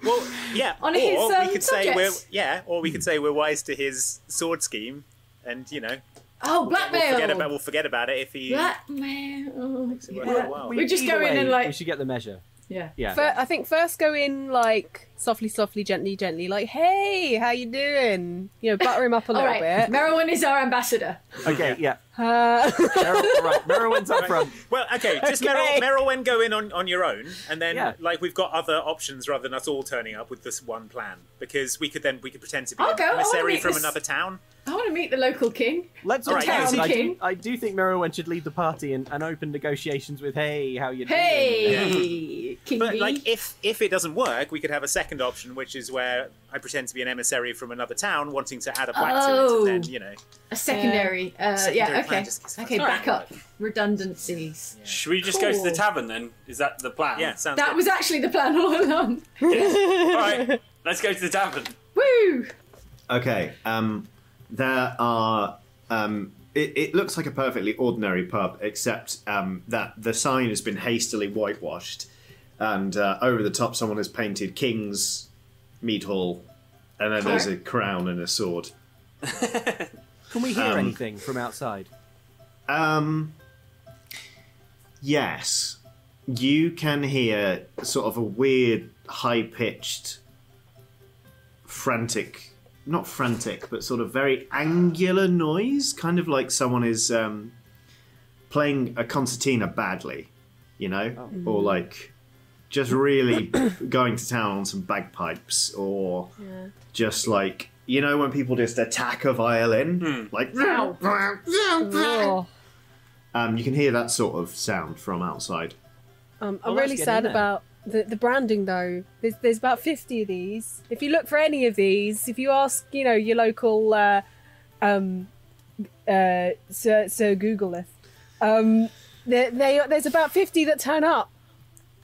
Speaker 6: well, yeah.
Speaker 2: On
Speaker 6: or
Speaker 2: his,
Speaker 6: we
Speaker 2: um,
Speaker 6: could say we're
Speaker 2: subjects.
Speaker 6: yeah, or we could say we're wise to his sword scheme, and you know.
Speaker 2: Oh,
Speaker 6: we'll- We'll forget
Speaker 2: blackmail.
Speaker 6: about, we'll forget about it if he.
Speaker 2: blackmail. Oh,
Speaker 6: worth
Speaker 2: yeah.
Speaker 6: our while.
Speaker 2: We just go
Speaker 8: Either
Speaker 2: in and
Speaker 8: way,
Speaker 2: like
Speaker 8: we should get the measure.
Speaker 2: yeah.
Speaker 8: Yeah.
Speaker 9: Fir- I think first go in like softly, softly, gently, gently. Like, hey, how you doing? You know, butter him up a
Speaker 2: All
Speaker 9: little
Speaker 2: right,
Speaker 9: bit.
Speaker 2: Merowyn is our ambassador.
Speaker 8: Okay, yeah.
Speaker 9: Uh,
Speaker 8: right, Merowyn's up front.
Speaker 6: Well, okay, just
Speaker 8: Okay.
Speaker 6: Meryl, Merylwen go in on, on your own, and then
Speaker 8: Yeah.
Speaker 6: like we've got other options rather than us all turning up with this one plan because we could then we could pretend to be
Speaker 2: I'll
Speaker 6: an
Speaker 2: go, I wanna
Speaker 6: emissary
Speaker 2: meet
Speaker 6: from
Speaker 2: this-
Speaker 6: another town.
Speaker 2: I want to meet the local king.
Speaker 8: Let's
Speaker 2: the
Speaker 8: all right,
Speaker 2: town
Speaker 8: I, do,
Speaker 2: king.
Speaker 8: I do think Merowyn should lead the party and, and open negotiations with, hey, how you doing?
Speaker 2: Hey, king
Speaker 6: But
Speaker 2: bee.
Speaker 6: like if if it doesn't work, we could have a second option, which is where I pretend to be an emissary from another town wanting to add a plaque
Speaker 2: Oh.
Speaker 6: to it, and then you know.
Speaker 2: A secondary.
Speaker 6: Yeah.
Speaker 2: Uh,
Speaker 6: Secondary
Speaker 2: yeah,
Speaker 6: plan
Speaker 2: okay.
Speaker 6: just gets
Speaker 2: Okay,
Speaker 6: fucked
Speaker 2: back up. Redundancies.
Speaker 7: Should we just go to the
Speaker 2: Cool.
Speaker 7: tavern then? Is that the plan? Yeah,
Speaker 6: sounds
Speaker 2: That was actually the plan all along.
Speaker 7: All right, let's go to the tavern.
Speaker 2: Woo!
Speaker 10: Okay. Um, there are. Um, it, it looks like a perfectly ordinary pub, except um, that the sign has been hastily whitewashed, and uh, over the top someone has painted King's Meat Hall, and then there's a crown and a sword.
Speaker 8: Can we hear
Speaker 10: Um,
Speaker 8: anything from outside?
Speaker 10: Um, yes, you can hear sort of a weird, high pitched, frantic, not frantic, but sort of very angular noise, kind of like someone is um, playing a concertina badly, you know,
Speaker 14: Oh.
Speaker 10: or like just really going to town on some bagpipes or
Speaker 14: Yeah.
Speaker 10: just like you know when people just attack a violin like
Speaker 9: Oh.
Speaker 10: um, you can hear that sort of sound from outside
Speaker 9: Um,
Speaker 10: Well,
Speaker 9: I'm
Speaker 10: let's
Speaker 9: really
Speaker 10: get in
Speaker 9: sad
Speaker 10: there.
Speaker 9: about the, the branding though. There's, there's about 50 of these. If you look for any of these, if you ask, you know, your local, uh, um, uh, Sir, Sir Googleth, um, there they, there's about 50 that turn up.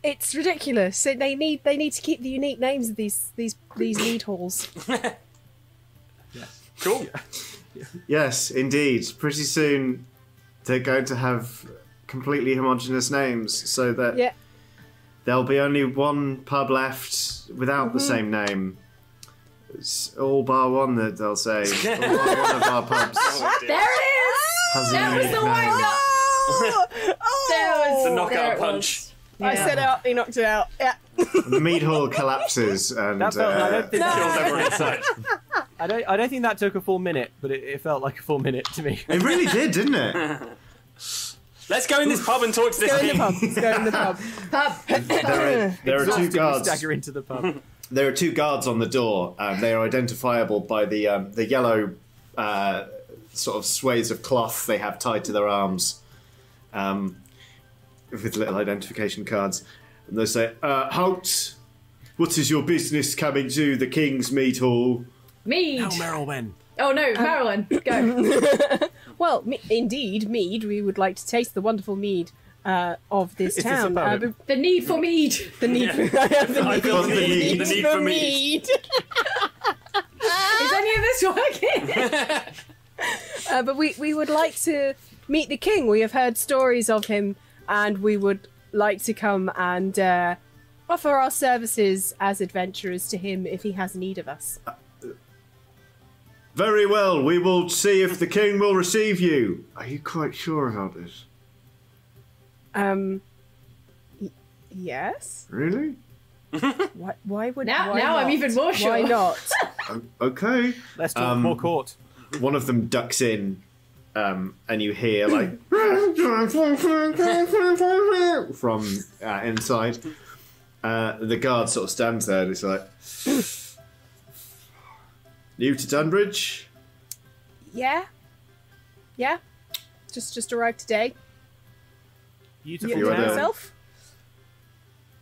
Speaker 9: It's ridiculous. So They need they need to keep the unique names of these these these lead halls.
Speaker 10: cool yes indeed pretty soon they're going to have completely homogenous names so that
Speaker 9: yeah.
Speaker 10: there'll be only one pub left without the
Speaker 9: Mhm.
Speaker 10: same name it's all bar one that they'll say all bar one of our pubs
Speaker 15: There it
Speaker 10: has
Speaker 15: is.
Speaker 10: a
Speaker 15: That was
Speaker 10: unique
Speaker 15: the
Speaker 10: name.
Speaker 15: wind up.
Speaker 9: Oh,
Speaker 10: The knockout
Speaker 9: there it
Speaker 10: punch.
Speaker 9: was. I set it up. He knocked it out. Yeah.
Speaker 10: the mead hall collapses and
Speaker 8: That felt- I don't think
Speaker 10: uh,
Speaker 8: that- I don't. I don't think that took a full minute, but it, it felt like a full minute to me.
Speaker 10: It really did, didn't it?
Speaker 7: Let's go in this pub and talk to this
Speaker 8: Let's go in the
Speaker 9: Let's
Speaker 7: king.
Speaker 8: pub.
Speaker 9: go in the pub.
Speaker 10: there are, there are two
Speaker 8: Exhausted, we
Speaker 10: guards
Speaker 8: Stagger into the pub.
Speaker 10: there are two guards on the door and they are identifiable by the um, the yellow uh, sort of sways of cloth they have tied to their arms um, with little identification cards and they say uh, halt what is your business coming to the king's meat hall
Speaker 15: Mead.
Speaker 10: Merylwen
Speaker 15: Oh no, Marilyn, go.
Speaker 9: Well, me- indeed, mead. We would like to taste the wonderful mead uh, of this
Speaker 15: Is this
Speaker 9: town.
Speaker 15: about
Speaker 9: Uh,
Speaker 15: it?
Speaker 9: be-
Speaker 15: the need for mead.
Speaker 9: The need for
Speaker 15: I feel the need. The need for
Speaker 9: mead.
Speaker 15: Is any of this working?
Speaker 9: uh, but we we would like to meet the king. We have heard stories of him, and we would like to come and uh, offer our services as adventurers to him if he has need of us.
Speaker 10: very well we will see if the king will receive you are you quite sure about this
Speaker 9: Um. y- Yes.
Speaker 10: really
Speaker 9: Why? Why would?
Speaker 15: Now-
Speaker 9: why
Speaker 15: now I'm
Speaker 9: not?
Speaker 15: even more
Speaker 9: Why
Speaker 15: sure.
Speaker 9: not?
Speaker 10: O- okay.
Speaker 8: Let's talk
Speaker 11: Um,
Speaker 8: more court.
Speaker 10: One of them ducks in, um, and you hear like from uh, inside. Uh, the guard sort of stands there and is like, "New to Dunbridge?
Speaker 9: Yeah. Yeah. Just just arrived today.
Speaker 10: Beautiful You are town. the-
Speaker 9: Yourself?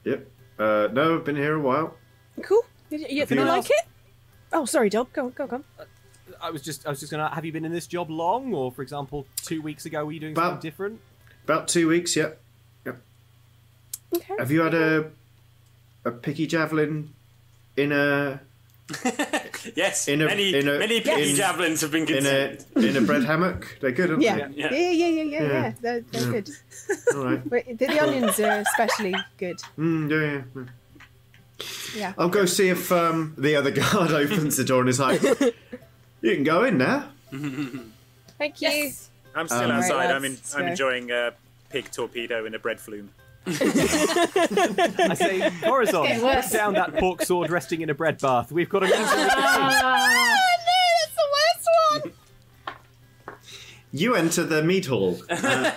Speaker 10: Yep. Uh, no, I've been here a while.
Speaker 9: Cool. You, you,
Speaker 10: If you-
Speaker 9: you like it? Oh, sorry, Dob. Go on, go on, go on.
Speaker 8: I was just. I was just gonna. Have you been in this job long, or for example, two weeks ago, were you doing something different?
Speaker 10: About two weeks. Yep. Yep.
Speaker 9: Okay.
Speaker 10: Have you had a a picky javelin in a
Speaker 7: Yes,
Speaker 10: in a
Speaker 7: many,
Speaker 10: in a
Speaker 7: many picky
Speaker 10: in-
Speaker 7: javelins have been
Speaker 10: in a
Speaker 7: consumed.
Speaker 10: in a bread hammock? They're good, aren't
Speaker 9: Yeah.
Speaker 10: they?
Speaker 9: Yeah, yeah, yeah, yeah, yeah.
Speaker 10: Yeah.
Speaker 9: They're, they're
Speaker 10: Yeah.
Speaker 9: good.
Speaker 10: All right.
Speaker 9: But the, the onions are especially good.
Speaker 10: Mm, yeah, yeah, yeah.
Speaker 9: Yeah.
Speaker 10: I'll go see if um, the other guard opens the door and is like, "You can go in now."
Speaker 9: Thank you.
Speaker 11: I'm still
Speaker 10: Um, Right,
Speaker 11: outside. I'm, in,
Speaker 9: let's
Speaker 11: I'm
Speaker 9: go.
Speaker 11: enjoying a pig torpedo in a bread flume.
Speaker 8: I say, Corazon,
Speaker 11: It's getting worse.
Speaker 8: put down that pork sword resting in a bread bath. We've got a reason.
Speaker 9: Ah.
Speaker 15: Oh,
Speaker 9: no, that's the worst one.
Speaker 10: You enter the meat hall. Uh,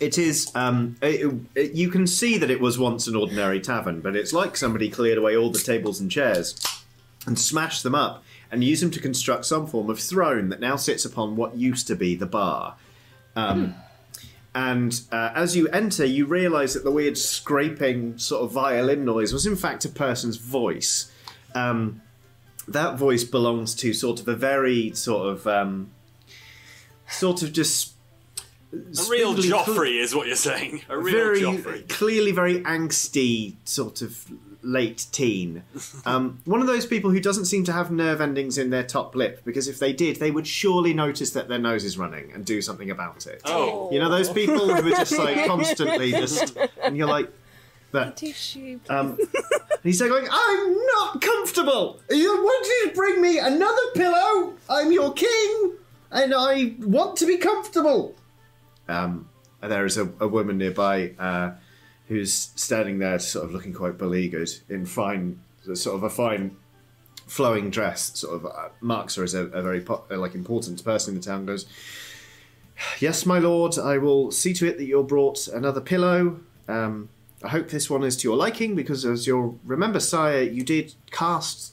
Speaker 10: it is. Um, it, it- you can see that it was once an ordinary tavern, but it's like somebody cleared away all the tables and chairs and smashed them up and used them to construct some form of throne that now sits upon what used to be the bar. Um, And uh, as you enter, you realise that the weird scraping sort of violin noise was in fact a person's voice. Um, that voice belongs to sort of a very sort of um, sort of just
Speaker 7: A real
Speaker 10: spindly-
Speaker 7: Joffrey is what you're saying. A real
Speaker 10: very
Speaker 7: Joffrey.
Speaker 10: clearly very angsty sort of late teen. Um, one of those people who doesn't seem to have nerve endings in their top lip because if they did, they would surely notice that their nose is running and do something about it.
Speaker 11: Oh.
Speaker 10: You know, those people who are just like constantly just. And you're like, that.
Speaker 9: Tissue.
Speaker 10: Um, and he's there going, I'm not comfortable. You want you to bring me another pillow? I'm your king, and I want to be comfortable. Um, and there is a, a woman nearby uh, who's standing there, sort of looking quite beleaguered, in fine, sort of a fine, flowing dress. Sort of uh, marks her as a, a very po- uh, like important person in the town. Goes, yes, my lord, I will see to it that you're brought another pillow. Um, I hope this one is to your liking because, as you'll remember, sire, you did cast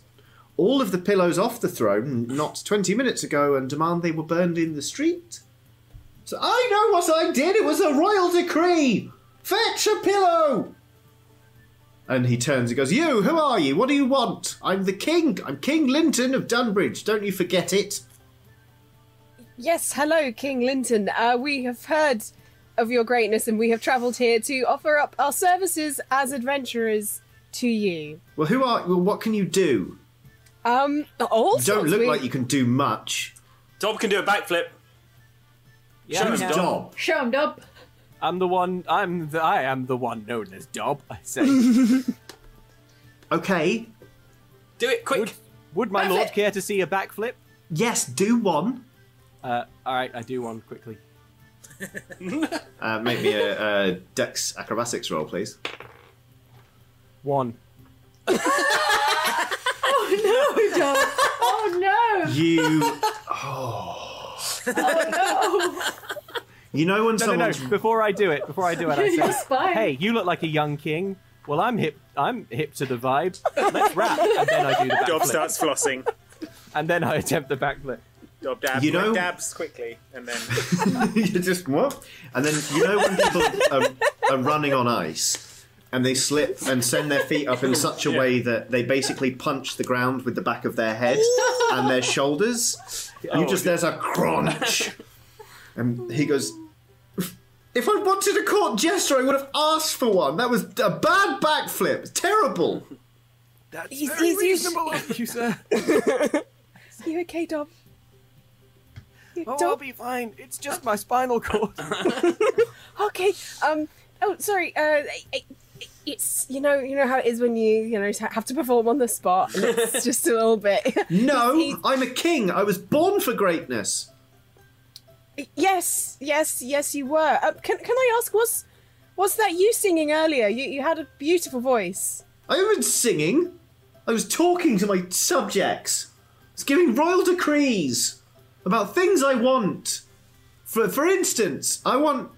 Speaker 10: all of the pillows off the throne not 20 minutes ago and demand they were burned in the street. So I know what I did. It was a royal decree. Fetch a pillow. And he turns and goes, You, who are you? What do you want? I'm the king. I'm King Linton of Dunbridge. Don't you forget it.
Speaker 9: Yes, hello, King Linton. Uh, we have heard of your greatness and we have travelled here to offer up our services as adventurers to you.
Speaker 10: Well, who are. Well, what can you do?
Speaker 9: Um, all
Speaker 10: You don't
Speaker 9: sorts.
Speaker 10: look
Speaker 9: We-
Speaker 10: like you can do much.
Speaker 7: Dob can do a backflip.
Speaker 10: Yeah, Show him
Speaker 8: no.
Speaker 10: Dob.
Speaker 15: Show him Dob.
Speaker 8: I'm the one. I'm the. I am the one known as Dob. I say.
Speaker 10: okay.
Speaker 7: Do it quick.
Speaker 8: Would, would my lord care to see a backflip?
Speaker 10: Yes, do one.
Speaker 8: Uh, all right, I do one quickly.
Speaker 10: Uh, make me a, a dex acrobatics roll, please.
Speaker 8: One.
Speaker 15: Oh no, Dob. Oh no.
Speaker 10: You. Oh.
Speaker 15: Oh
Speaker 10: You know when
Speaker 8: no,
Speaker 10: someone's
Speaker 8: No, no. Before I do it, before I do it, I
Speaker 15: You're
Speaker 8: say,
Speaker 15: spying.
Speaker 8: "Hey, you look like a young king." Well, I'm hip. I'm hip to the vibe. Let's rap, and then I do the backflip.
Speaker 11: Dob starts flossing.
Speaker 8: and then I attempt the backflip.
Speaker 11: Dob dabs,
Speaker 10: You know-
Speaker 11: dabs quickly, and then
Speaker 10: you just what? And then you know when people are, are running on ice and they slip and send their feet up in such a way that they basically punch the ground with the back of their head and their shoulders. you just there's a crunch, and he goes. If I wanted a court gesture, I would have asked for one. That was a bad backflip. Terrible.
Speaker 8: That's
Speaker 9: He's- very he's- he's- reasonable
Speaker 8: of you, sir. Oh,
Speaker 9: You okay, Dob? You
Speaker 8: Oh, I'll
Speaker 9: Dob?
Speaker 8: be fine. It's just my spinal cord.
Speaker 9: Okay. Um. Oh, sorry. Uh, it- it's you know you know how it is when you you know have to perform on the spot. and It's just a little bit.
Speaker 10: No, I'm a king. I was born for greatness.
Speaker 9: Yes, yes, yes. You were. Uh, can can I ask was was that you singing earlier? You you had a beautiful voice.
Speaker 10: I wasn't singing. I was talking to my subjects. I was giving royal decrees about things I want. For for instance, I want.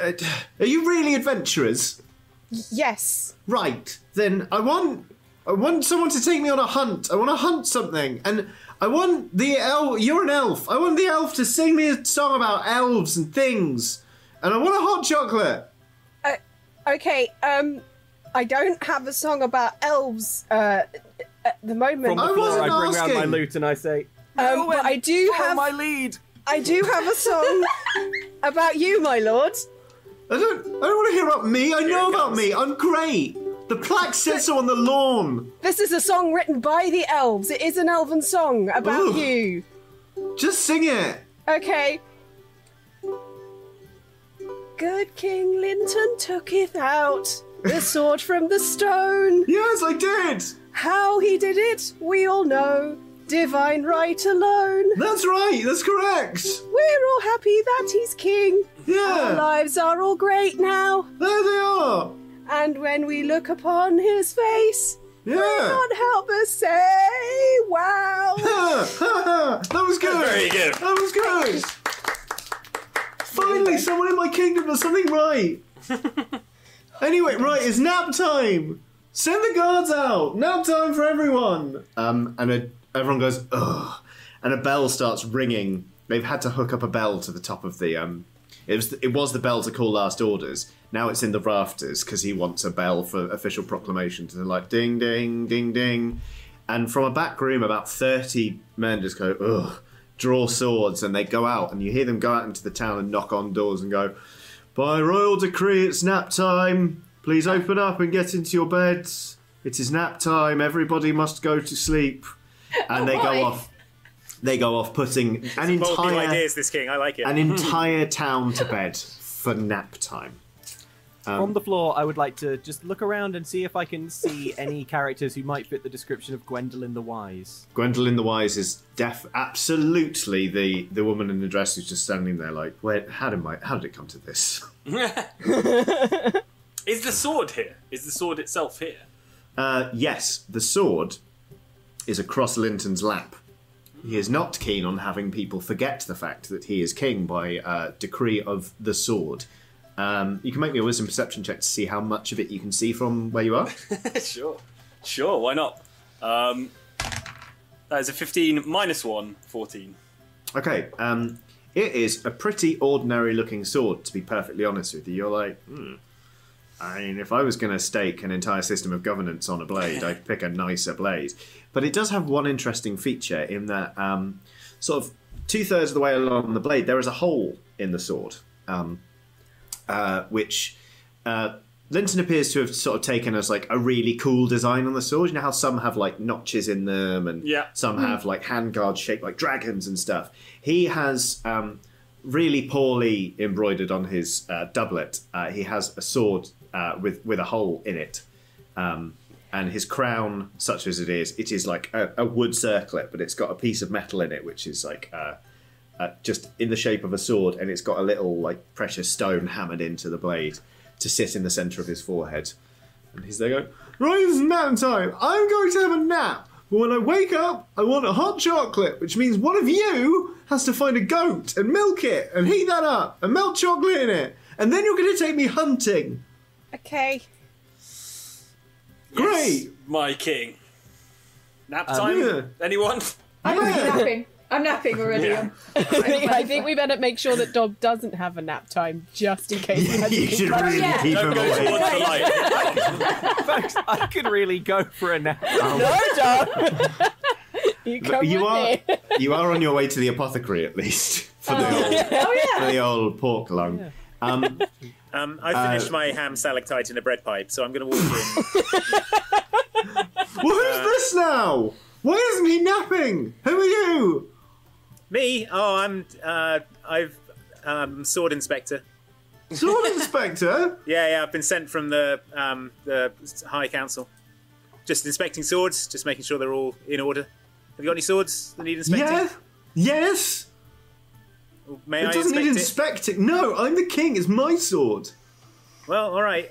Speaker 10: Uh, are you really adventurers?
Speaker 9: Yes.
Speaker 10: Right then, I want. I want someone to take me on a hunt. I want to hunt something, and I want the elf. You're an elf. I want the elf to sing me a song about elves and things, and I want a hot chocolate.
Speaker 9: Uh, okay. Um, I don't have a song about elves uh, at the moment.
Speaker 8: From the floor, I
Speaker 10: wasn't
Speaker 8: bring round my
Speaker 10: asking.
Speaker 8: loot and I say,
Speaker 9: Um, but I do have
Speaker 8: my lead.
Speaker 9: I do have a song about you, my lord.
Speaker 10: I don't. I don't want to hear about me. I know about me. I'm great. The plaque says so on the lawn.
Speaker 9: This is a song written by the elves. It is an elven song about
Speaker 10: Ooh.
Speaker 9: you.
Speaker 10: Just sing it.
Speaker 9: Okay. Good King Linton tooketh out the sword from the stone.
Speaker 10: Yes, I did.
Speaker 9: How he did it, we all know. Divine right alone.
Speaker 10: That's right. That's correct.
Speaker 9: We're all happy that he's king. Our
Speaker 10: Yeah.
Speaker 9: lives are all great now.
Speaker 10: There they are.
Speaker 9: And when we look upon his face,
Speaker 10: Yeah.
Speaker 9: can't help but say, wow.
Speaker 10: that was good.
Speaker 7: Very good.
Speaker 10: That was good. Finally, someone in my kingdom does something right. anyway, right, it's nap time. Send the guards out. Nap time for everyone. Um, and a, everyone goes ugh, and a bell starts ringing. They've had to hook up a bell to the top of the um. It was it was the bell to call last orders. Now it's in the rafters because he wants a bell for official proclamation to like ding ding ding ding. And from a back room, about 30 men just go, ugh, draw swords, and they go out, and you hear them go out into the town and knock on doors and go, by royal decree, it's nap time. Please open up and get into your beds. It is nap time. Everybody must go to sleep. And they
Speaker 6: Why?
Speaker 10: go off. They go off putting an
Speaker 6: Bold new
Speaker 10: entire
Speaker 6: ideas, this king. I like it.
Speaker 10: an entire town to bed for nap time.
Speaker 8: From the floor, I would like to just look around and see if I can see any characters who might fit the description of Gwendolyn the Wise.
Speaker 10: Gwendolyn the Wise is def absolutely the the woman in the dress who's just standing there like, where how did my how did it come to this?
Speaker 7: Is the sword here? Is the sword itself here?
Speaker 10: Uh, yes, the sword is across Linton's lap. He is not keen on having people forget the fact that he is king by uh, decree of the sword. Um, you can make me a wisdom perception check to see how much of it you can see from where you are.
Speaker 7: sure. Sure, why not? Um, that is a 15 minus 1, 14.
Speaker 10: Okay, um, it is a pretty ordinary looking sword, to be perfectly honest with you. You're like, hmm. I mean, if I was going to stake an entire system of governance on a blade, I'd pick a nicer blade. But it does have one interesting feature in that, um, sort of two thirds of the way along the blade, there is a hole in the sword, um, uh, which. Uh, Linton appears to have sort of taken as like a really cool design on the sword. You know how some have like notches in them and
Speaker 6: Yeah.
Speaker 10: some
Speaker 6: Mm.
Speaker 10: have like hand guards shaped like dragons and stuff. He has um, really poorly embroidered on his uh, doublet. Uh, he has a sword uh, with with a hole in it, um, and his crown, such as it is, it is like a, a wood circlet, but it's got a piece of metal in it, which is like. Uh, uh, just in the shape of a sword, and it's got a little like precious stone hammered into the blade to sit in the centre of his forehead. And he's there going, Right, it's nap time. I'm going to have a nap. But when I wake up, I want a hot chocolate, which means one of you has to find a goat and milk it and heat that up and melt chocolate in it. And then you're going to take me hunting.
Speaker 16: Okay.
Speaker 10: Great.
Speaker 7: My king. Nap
Speaker 10: Um,
Speaker 7: time?
Speaker 10: yeah.
Speaker 7: Anyone?
Speaker 17: I'm napping. I'm napping already.
Speaker 7: Yeah.
Speaker 17: I'm-
Speaker 9: I think, I think we better make sure that Dob doesn't have a nap time just in case. he has
Speaker 10: You
Speaker 9: to-
Speaker 10: should really keep him away.
Speaker 8: Folks, I could really go for a nap.
Speaker 2: Um,
Speaker 9: No, Dob. you come
Speaker 10: you
Speaker 9: with
Speaker 10: are
Speaker 9: me.
Speaker 10: you are on your way to the apothecary at least for the,
Speaker 6: Oh.
Speaker 10: old,
Speaker 6: Oh, yeah.
Speaker 10: for the old pork lung. Um,
Speaker 6: Um, I finished
Speaker 10: Uh,
Speaker 6: my ham stalactite in a bread pipe, so I'm going to walk in.
Speaker 10: well, who's this now? Why isn't he napping? Who are you?
Speaker 6: Me? Oh, I'm. Uh, I've. Um, sword inspector.
Speaker 10: Sword inspector?
Speaker 6: Yeah, yeah. I've been sent from the um, the high council. Just inspecting swords, just making sure they're all in order. Have you got any swords that need inspecting?
Speaker 10: Yeah. Yes.
Speaker 6: May
Speaker 10: it
Speaker 6: I
Speaker 10: doesn't
Speaker 6: inspect
Speaker 10: need
Speaker 6: it?
Speaker 10: inspecting. No, I'm the king. It's my sword.
Speaker 6: Well, all right.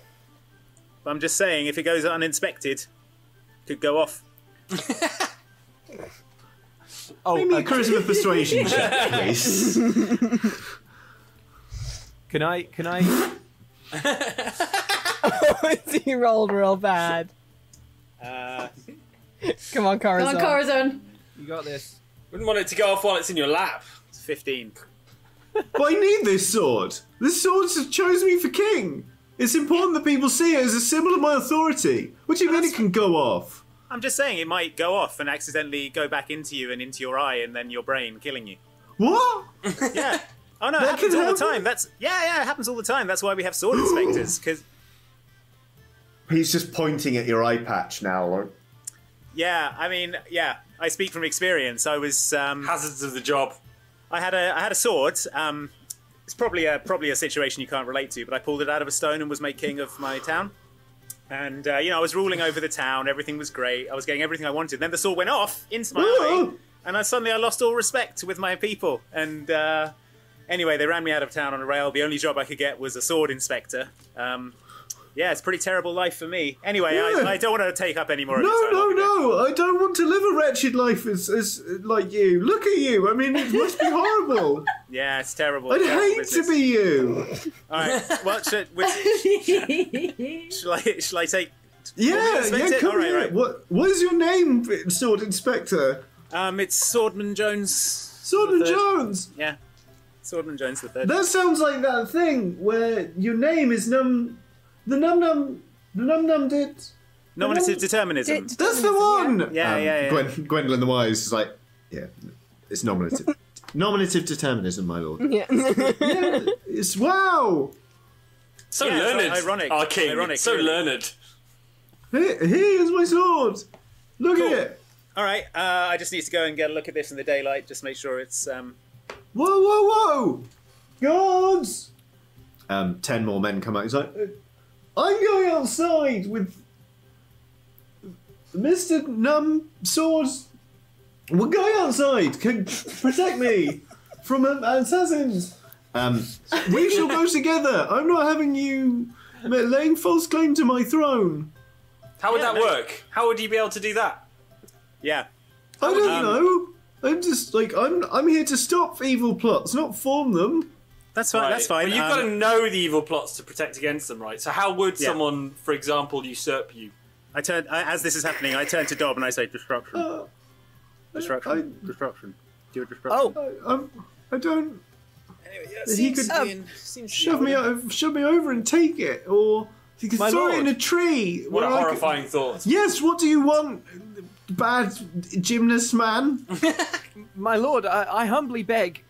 Speaker 6: But I'm just saying, if it goes uninspected, could go off.
Speaker 8: Oh,
Speaker 10: Give me a charisma persuasion check, please.
Speaker 8: Can I? Can I?
Speaker 9: you rolled real bad.
Speaker 7: Uh,
Speaker 9: Come on, Corazon.
Speaker 8: You got this.
Speaker 7: Wouldn't want it to go off while it's in your lap.
Speaker 6: It's 15.
Speaker 10: But I need this sword. This sword has chose me for king. It's important that people see it as a symbol of my authority. What do you mean it can go off?
Speaker 6: I'm just saying, it might go off and accidentally go back into you and into your eye and then your brain, killing you.
Speaker 10: What?
Speaker 6: Yeah. Oh no, it happens all the time. That's yeah, yeah, it happens all the time. That's why we have sword inspectors. Because
Speaker 10: He's just pointing at your eye patch now. Like,
Speaker 6: yeah, I mean, yeah, I speak from experience. I was um,
Speaker 7: hazards of the job.
Speaker 6: I had a I had a sword. Um, it's probably a probably a situation you can't relate to, but I pulled it out of a stone and was made king of my town. And uh, you know, I was ruling over the town. Everything was great. I was getting everything I wanted. Then the sword went off into my eye, and I suddenly I lost all respect with my people. And uh, anyway, they ran me out of town on a rail. The only job I could get was a sword inspector. Um, yeah, it's a pretty terrible life for me. Anyway,
Speaker 10: Yeah.
Speaker 6: I, I don't want to take up any more. of your
Speaker 10: No,
Speaker 6: time.
Speaker 10: no, no! I don't want to live a wretched life as, as like you. Look at you. I mean, it must be horrible.
Speaker 6: Yeah, it's terrible.
Speaker 10: I'd
Speaker 6: terrible
Speaker 10: hate
Speaker 6: business.
Speaker 10: to be you.
Speaker 6: All right. Well, should, we, shall I? Shall I take?
Speaker 10: Yeah,
Speaker 6: Inspector?
Speaker 10: yeah. Come
Speaker 6: All right,
Speaker 10: here.
Speaker 6: right.
Speaker 10: What? What is your name, Sword Inspector?
Speaker 6: Um, it's Swordman Jones.
Speaker 10: Swordman
Speaker 6: the third.
Speaker 10: Jones.
Speaker 6: Yeah, Swordman Jones the third.
Speaker 10: That sounds like that thing where your name is num, the num num, the num num did.
Speaker 6: Nominative determinism.
Speaker 10: That's the one.
Speaker 6: Yeah, yeah, yeah.
Speaker 10: Um, Gwen, Gwendolyn the Wise is like, yeah, it's nominative. nominative determinism, my lord.
Speaker 9: Yeah.
Speaker 10: It's wow.
Speaker 7: So
Speaker 6: Yeah,
Speaker 7: learned,
Speaker 6: it's ironic.
Speaker 7: our king.
Speaker 6: Ironic,
Speaker 7: so
Speaker 6: really.
Speaker 7: learned.
Speaker 10: Here, here's my sword. Look at it.
Speaker 6: All right, uh, I just need to go and get a look at this in the daylight. Just make sure it's. Um,
Speaker 10: Whoa, whoa, whoa! Guards! Um, ten more men come out. He's like, "Uh, I'm going outside with Mister Num Swords. We're going outside. Can protect me from um, assassins. Um, we shall go together. I'm not having you laying false claim to my throne.
Speaker 7: How would that work? How would you be able to do that?
Speaker 6: Yeah.
Speaker 10: I don't
Speaker 6: Um,
Speaker 10: know. I'm just like I'm. I'm here to stop evil plots, not form them.
Speaker 6: That's um,
Speaker 7: Right. But you've got to know the evil plots to protect against them, right? So how would
Speaker 6: Yeah.
Speaker 7: someone, for example, usurp you?
Speaker 6: I turn I, as this is happening. I turn to Dob and I say, "Disruption,
Speaker 10: Uh,
Speaker 6: disruption, disruption." Do
Speaker 8: Oh,
Speaker 6: a disruption.
Speaker 10: I, I'm, um, I don't. he
Speaker 6: seems
Speaker 10: could
Speaker 6: to be in- seems to be
Speaker 10: shove me
Speaker 6: out
Speaker 10: out, shove me over and take it, or he could
Speaker 7: My
Speaker 10: throw it in a
Speaker 7: lord.
Speaker 10: tree.
Speaker 7: What
Speaker 10: where
Speaker 7: a
Speaker 10: I could-
Speaker 7: horrifying thought.
Speaker 10: Yes, what do you want, bad gymnast man?
Speaker 8: My lord, I, I humbly beg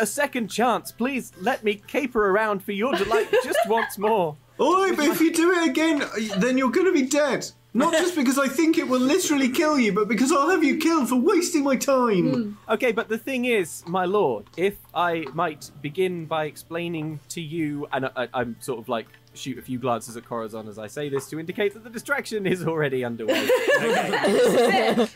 Speaker 8: a second chance. Please let me caper around for your delight just once more.
Speaker 10: Oh, but if you do it again, then you're going to be dead. Not just because I think it will literally kill you, but because I'll have you killed for wasting my time.
Speaker 8: Okay, but the thing is, my lord, if I might begin by explaining to you, and I, I, I'm sort of like shoot a few glances at Corazon as I say this to indicate that the distraction is already underway.
Speaker 11: Here's the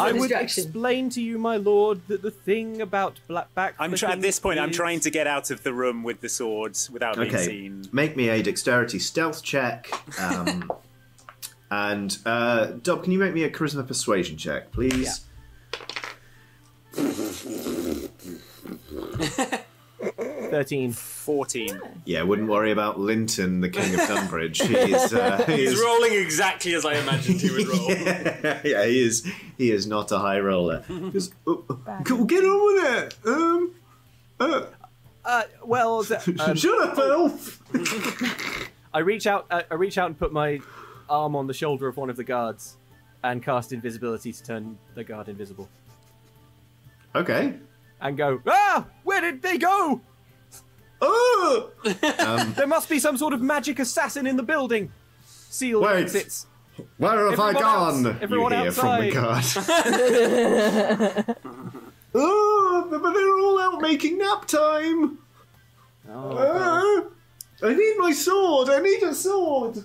Speaker 8: I would
Speaker 11: distraction.
Speaker 8: explain to you, my lord, that the thing about black back.
Speaker 6: I'm try- at this point. I'm
Speaker 8: is-
Speaker 6: trying to get out of the room with the swords without being seen.
Speaker 10: make me a dexterity stealth check. Um, and uh, Dob, can you make me a charisma persuasion check, please?
Speaker 8: Thirteen.
Speaker 6: 14.
Speaker 10: Yeah, wouldn't worry about Linton, the King of Dunbridge. He is, uh, he
Speaker 7: He's
Speaker 10: is-
Speaker 7: rolling exactly as I imagined he would roll.
Speaker 10: yeah, he is. He is not a high roller. Just, uh, uh, g- get on with it. Um, uh,
Speaker 8: Uh, well, th- um,
Speaker 10: shut up, elf.
Speaker 8: I reach out. I I reach out and put my arm on the shoulder of one of the guards, and cast invisibility to turn the guard invisible.
Speaker 10: Okay.
Speaker 8: And go. Ah! Where did they go?
Speaker 10: Oh!
Speaker 8: there must be some sort of magic assassin in the building. Seal the
Speaker 10: Wait.
Speaker 8: exits.
Speaker 10: Where have I
Speaker 8: Everyone
Speaker 10: gone?
Speaker 8: else- everyone
Speaker 10: you hear from the guard.
Speaker 8: outside.
Speaker 10: oh, but they're all out making nap time.
Speaker 8: Oh,
Speaker 10: Uh, I need my sword. I need a sword.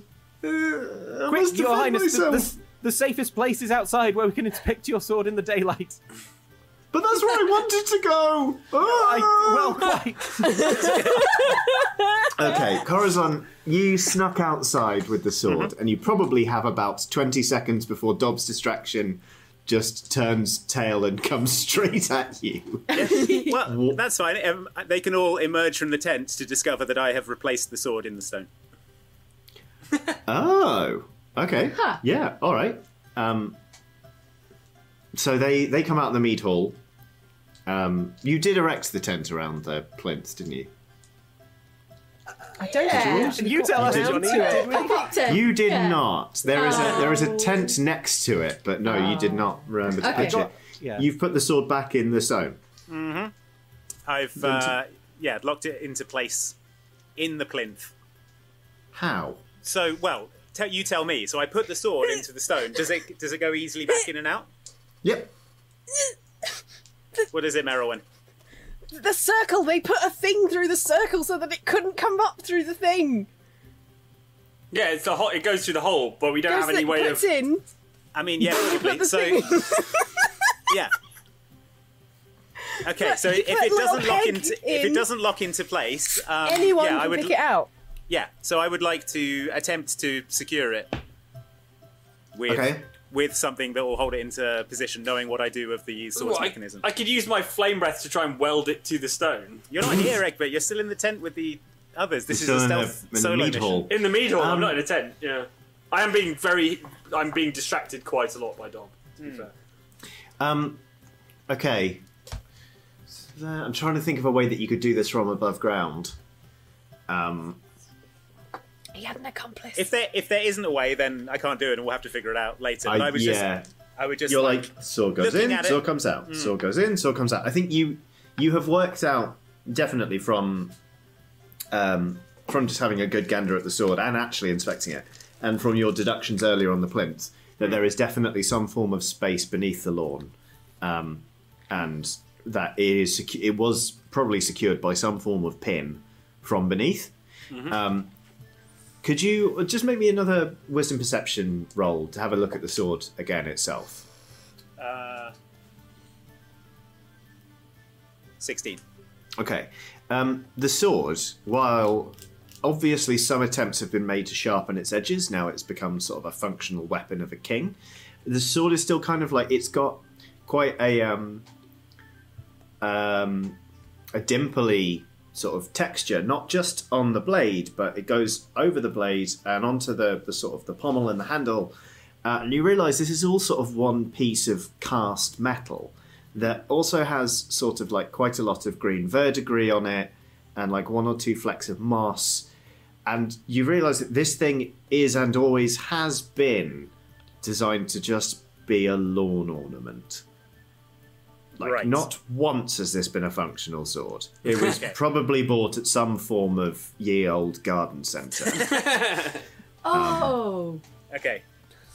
Speaker 10: Uh, I must
Speaker 8: Quick, Your
Speaker 10: defend
Speaker 8: Highness, the,
Speaker 10: myself.
Speaker 8: the, the safest place is outside where we can inspect your sword in the daylight.
Speaker 10: But that's where I wanted to go. Ah.
Speaker 8: well, quite.
Speaker 10: Okay, Corazon, you snuck outside with the
Speaker 8: Mm-hmm.
Speaker 10: sword, and you probably have about 20 seconds before Dob's distraction just turns tail and comes straight at you.
Speaker 6: well, that's fine. Um, they can all emerge from the tent to discover that I have replaced the sword in the stone.
Speaker 10: Oh, okay. Yeah, all right. Um, so they, they come out of the mead hall. Um, you did erect the tent around the plinth, didn't you?
Speaker 9: I don't
Speaker 10: Yeah.
Speaker 9: think
Speaker 10: You tell us, Johnny, did we?
Speaker 11: I popped it.
Speaker 10: You did
Speaker 11: Uh, Yeah.
Speaker 10: not. There is a there is
Speaker 11: Oh.
Speaker 10: a tent next to it, but no, you did not remember to
Speaker 11: Okay.
Speaker 10: pitch it.
Speaker 6: Yeah.
Speaker 10: You've put the sword back in the stone.
Speaker 6: Mm-hmm. I've uh, yeah locked it into place in the plinth.
Speaker 10: How?
Speaker 6: So well, te- you tell me. So I put the sword into the stone. Does it does it go easily back in and out?
Speaker 10: Yep.
Speaker 6: What is it, Merowyn?
Speaker 9: The circle. They put a thing through the circle so that it couldn't come up through the thing.
Speaker 7: Yeah, it's the hole. It goes through the hole, but we don't
Speaker 9: Goes
Speaker 7: have any
Speaker 9: that
Speaker 7: way
Speaker 9: puts
Speaker 7: of.
Speaker 9: in.
Speaker 6: I mean, yeah, probably. So yeah. Okay, so
Speaker 9: Put
Speaker 6: if
Speaker 9: a
Speaker 6: it
Speaker 9: little
Speaker 6: doesn't lock
Speaker 9: peg
Speaker 6: into if
Speaker 9: in.
Speaker 6: it doesn't lock into place, um,
Speaker 9: Anyone
Speaker 6: yeah, I
Speaker 9: can
Speaker 6: would
Speaker 9: pick it out.
Speaker 6: Yeah, so I would like to attempt to secure it with
Speaker 7: Okay.
Speaker 6: with something that will hold it into position, knowing what I do of the
Speaker 7: Ooh,
Speaker 6: sword's
Speaker 7: I,
Speaker 6: mechanism.
Speaker 7: I could use my flame breath to try and weld it to the stone.
Speaker 6: You're not here, Egbert. You're still in the tent with the others. This
Speaker 7: You're
Speaker 6: is a
Speaker 7: still in
Speaker 6: stealth
Speaker 7: the- in the
Speaker 6: solo
Speaker 7: mead
Speaker 6: mission.
Speaker 10: hall.
Speaker 7: In the mead hall, I'm
Speaker 6: Um,
Speaker 7: not in a tent. Yeah, I am being very. I'm being distracted quite a lot by Dom. To
Speaker 6: Hmm.
Speaker 7: be fair.
Speaker 10: Um. Okay. So there- I'm trying to think of a way that you could do this from above ground. Um.
Speaker 9: He had an accomplice.
Speaker 6: If there if there isn't a way, then I can't do it, and we'll have to figure it out later. But
Speaker 10: I-
Speaker 6: I was
Speaker 10: yeah.
Speaker 6: just I would just
Speaker 10: You're like sword goes in,
Speaker 6: looking at
Speaker 10: sword
Speaker 6: it-
Speaker 10: comes out,
Speaker 6: Mm.
Speaker 10: sword goes in, sword comes out. I think you you have worked out definitely from um from just having a good gander at the sword and actually inspecting it, and from your deductions earlier on the plinth, that there is definitely some form of space beneath the lawn, um, and that it is secu- it was probably secured by some form of pin from beneath.
Speaker 6: Mm-hmm.
Speaker 10: Um, could you just make me another wisdom perception roll to have a look at the sword again itself?
Speaker 11: Uh, 16.
Speaker 10: Okay. Um, the sword, while obviously some attempts have been made to sharpen its edges, now it's become sort of a functional weapon of a king. The sword is still kind of like it's got quite a um, um, a dimply sort of texture, not just on the blade, but it goes over the blade and onto the, the sort of the pommel and the handle. Uh, and you realise this is all sort of one piece of cast metal that also has sort of like quite a lot of green verdigris on it and like one or two flecks of moss. And you realise that this thing is and always has been designed to just be a lawn ornament. Like, not once has this been a functional sword. It was
Speaker 11: Okay.
Speaker 10: probably bought at some form of year old garden centre.
Speaker 15: Oh.
Speaker 11: Okay.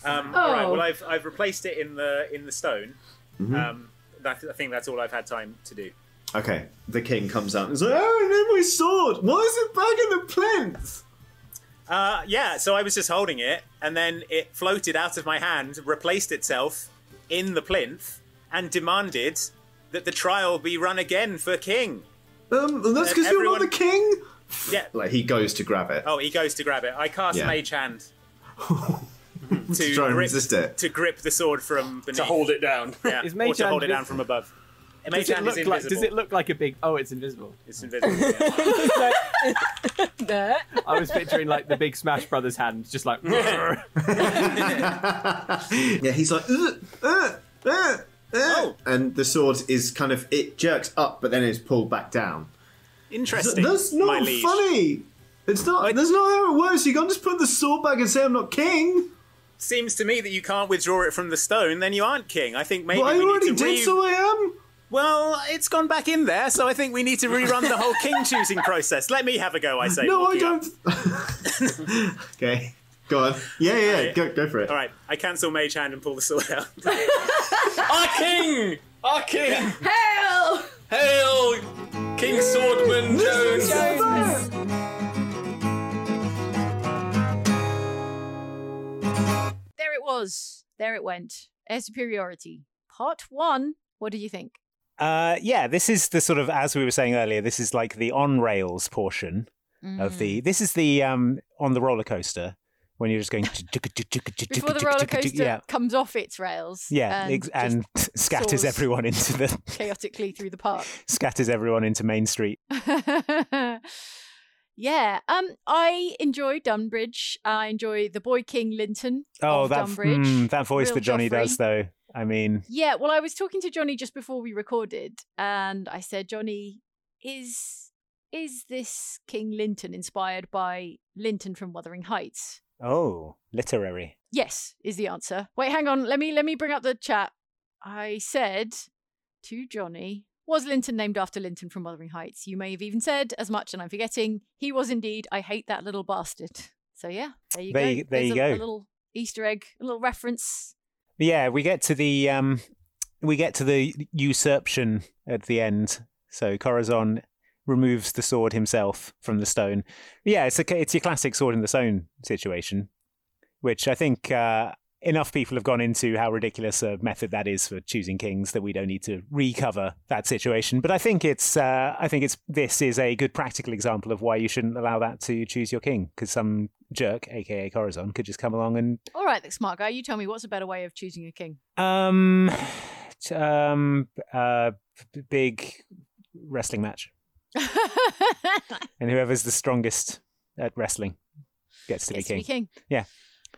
Speaker 11: Um, All right.
Speaker 15: Oh.
Speaker 11: Well, I've I've replaced it in the in the stone.
Speaker 10: Mhm.
Speaker 11: Um, that, I think that's all I've had time to do.
Speaker 10: okay, the king comes out and is like, oh, no, my sword! Why is it back in the plinth?
Speaker 11: Uh, yeah. So I was just holding it, and then it floated out of my hand, replaced itself in the plinth, and demanded that the trial be run again for king.
Speaker 10: Um, and that's
Speaker 11: And
Speaker 10: 'cause you're not
Speaker 11: everyone-
Speaker 10: the king?
Speaker 11: Yeah.
Speaker 10: Like, he goes to grab it.
Speaker 11: Oh, he goes to grab it. I cast
Speaker 10: Yeah.
Speaker 11: Mage Hand
Speaker 10: to try and
Speaker 11: grip-
Speaker 10: resist it.
Speaker 11: to grip the sword from beneath. To
Speaker 7: hold it down.
Speaker 11: Yeah.
Speaker 8: Is
Speaker 11: or
Speaker 8: Mage
Speaker 11: to hold
Speaker 8: Hand
Speaker 11: it down
Speaker 8: vis-
Speaker 11: from above. And Mage
Speaker 8: Does it,
Speaker 11: Hand is
Speaker 8: look
Speaker 11: invisible.
Speaker 8: like, does it look like a big? Oh, it's invisible.
Speaker 11: It's invisible.
Speaker 8: I was picturing like the big Smash Brothers hand, just like.
Speaker 10: yeah, he's like, "Uh, "Ugh, ugh, ugh,
Speaker 11: Oh.
Speaker 10: ugh," uh." and the sword is kind of it jerks up, but then it's pulled back down.
Speaker 11: Interesting.
Speaker 10: Th- That's
Speaker 11: my
Speaker 10: not
Speaker 11: liege.
Speaker 10: funny. It's not. That's not how it works. You can't just put the sword back and say I'm not king.
Speaker 11: Seems to me that you can't withdraw it from the stone, then you aren't king. I think maybe
Speaker 10: Well, I
Speaker 11: we need
Speaker 10: already
Speaker 11: to
Speaker 10: did,
Speaker 11: re-
Speaker 10: so I am.
Speaker 11: Well, it's gone back in there, so I think we need to rerun the whole king choosing process. Let me have a go. I say.
Speaker 10: no, I
Speaker 11: Walkie.
Speaker 10: don't. okay, go on. Yeah, yeah, yeah. Go, go for it.
Speaker 11: All right, I cancel mage hand and pull the sword out.
Speaker 7: Our king! Our king!
Speaker 15: Hail!
Speaker 7: Hail! King Swordman Jones!
Speaker 2: There it was. There it went. Air superiority. Part one. What do you think?
Speaker 6: Uh, yeah, this is the sort of as we were saying earlier. This is like the on rails portion of the.
Speaker 2: Mm.
Speaker 6: This is the um on the roller coaster when you're just going
Speaker 2: Mm. Before the roller coaster
Speaker 6: Yeah,
Speaker 2: comes off its rails. um,
Speaker 6: yeah, ex-
Speaker 2: just
Speaker 6: and scatters
Speaker 2: soars
Speaker 6: everyone into the
Speaker 2: chaotically through the park.
Speaker 6: scatters everyone into Main Street.
Speaker 2: yeah. Um, I enjoy Dunbridge. I enjoy the boy King Linton.
Speaker 6: Oh,
Speaker 2: of
Speaker 6: that
Speaker 2: Dunbridge.
Speaker 6: mm, that voice
Speaker 2: Real
Speaker 6: that Johnny
Speaker 2: Joffrey.
Speaker 6: does though. I mean,
Speaker 2: Yeah, well, I was talking to Johnny just before we recorded, and I said, Johnny, is is this King Linton inspired by Linton from Wuthering Heights?
Speaker 6: oh, literary.
Speaker 2: Yes, is the answer. Wait, hang on. Let me let me bring up the chat. I said to Johnny, was Linton named after Linton from Wuthering Heights? You may have even said as much, and I'm forgetting. He was indeed. I hate that little bastard. So yeah, there you
Speaker 6: There
Speaker 2: go.
Speaker 6: you- there
Speaker 2: There's
Speaker 6: you
Speaker 2: a,
Speaker 6: go.
Speaker 2: A little Easter egg, a little reference.
Speaker 6: But yeah, we get to the um, we get to the usurpation at the end. So Corazon removes the sword himself from the stone. Yeah, it's a, it's your classic sword in the stone situation, which I think uh, enough people have gone into how ridiculous a method that is for choosing kings that we don't need to recover that situation. But I think it's uh, I think it's this is a good practical example of why you shouldn't allow that to choose your king because some jerk, aka Corazon, could just come along and
Speaker 2: All right, the smart guy. You tell me what's a better way of choosing a king.
Speaker 6: um, t- um, uh, b- big wrestling match, and whoever's the strongest at wrestling gets to,
Speaker 2: Gets to
Speaker 6: be, king.
Speaker 2: be king.
Speaker 6: Yeah.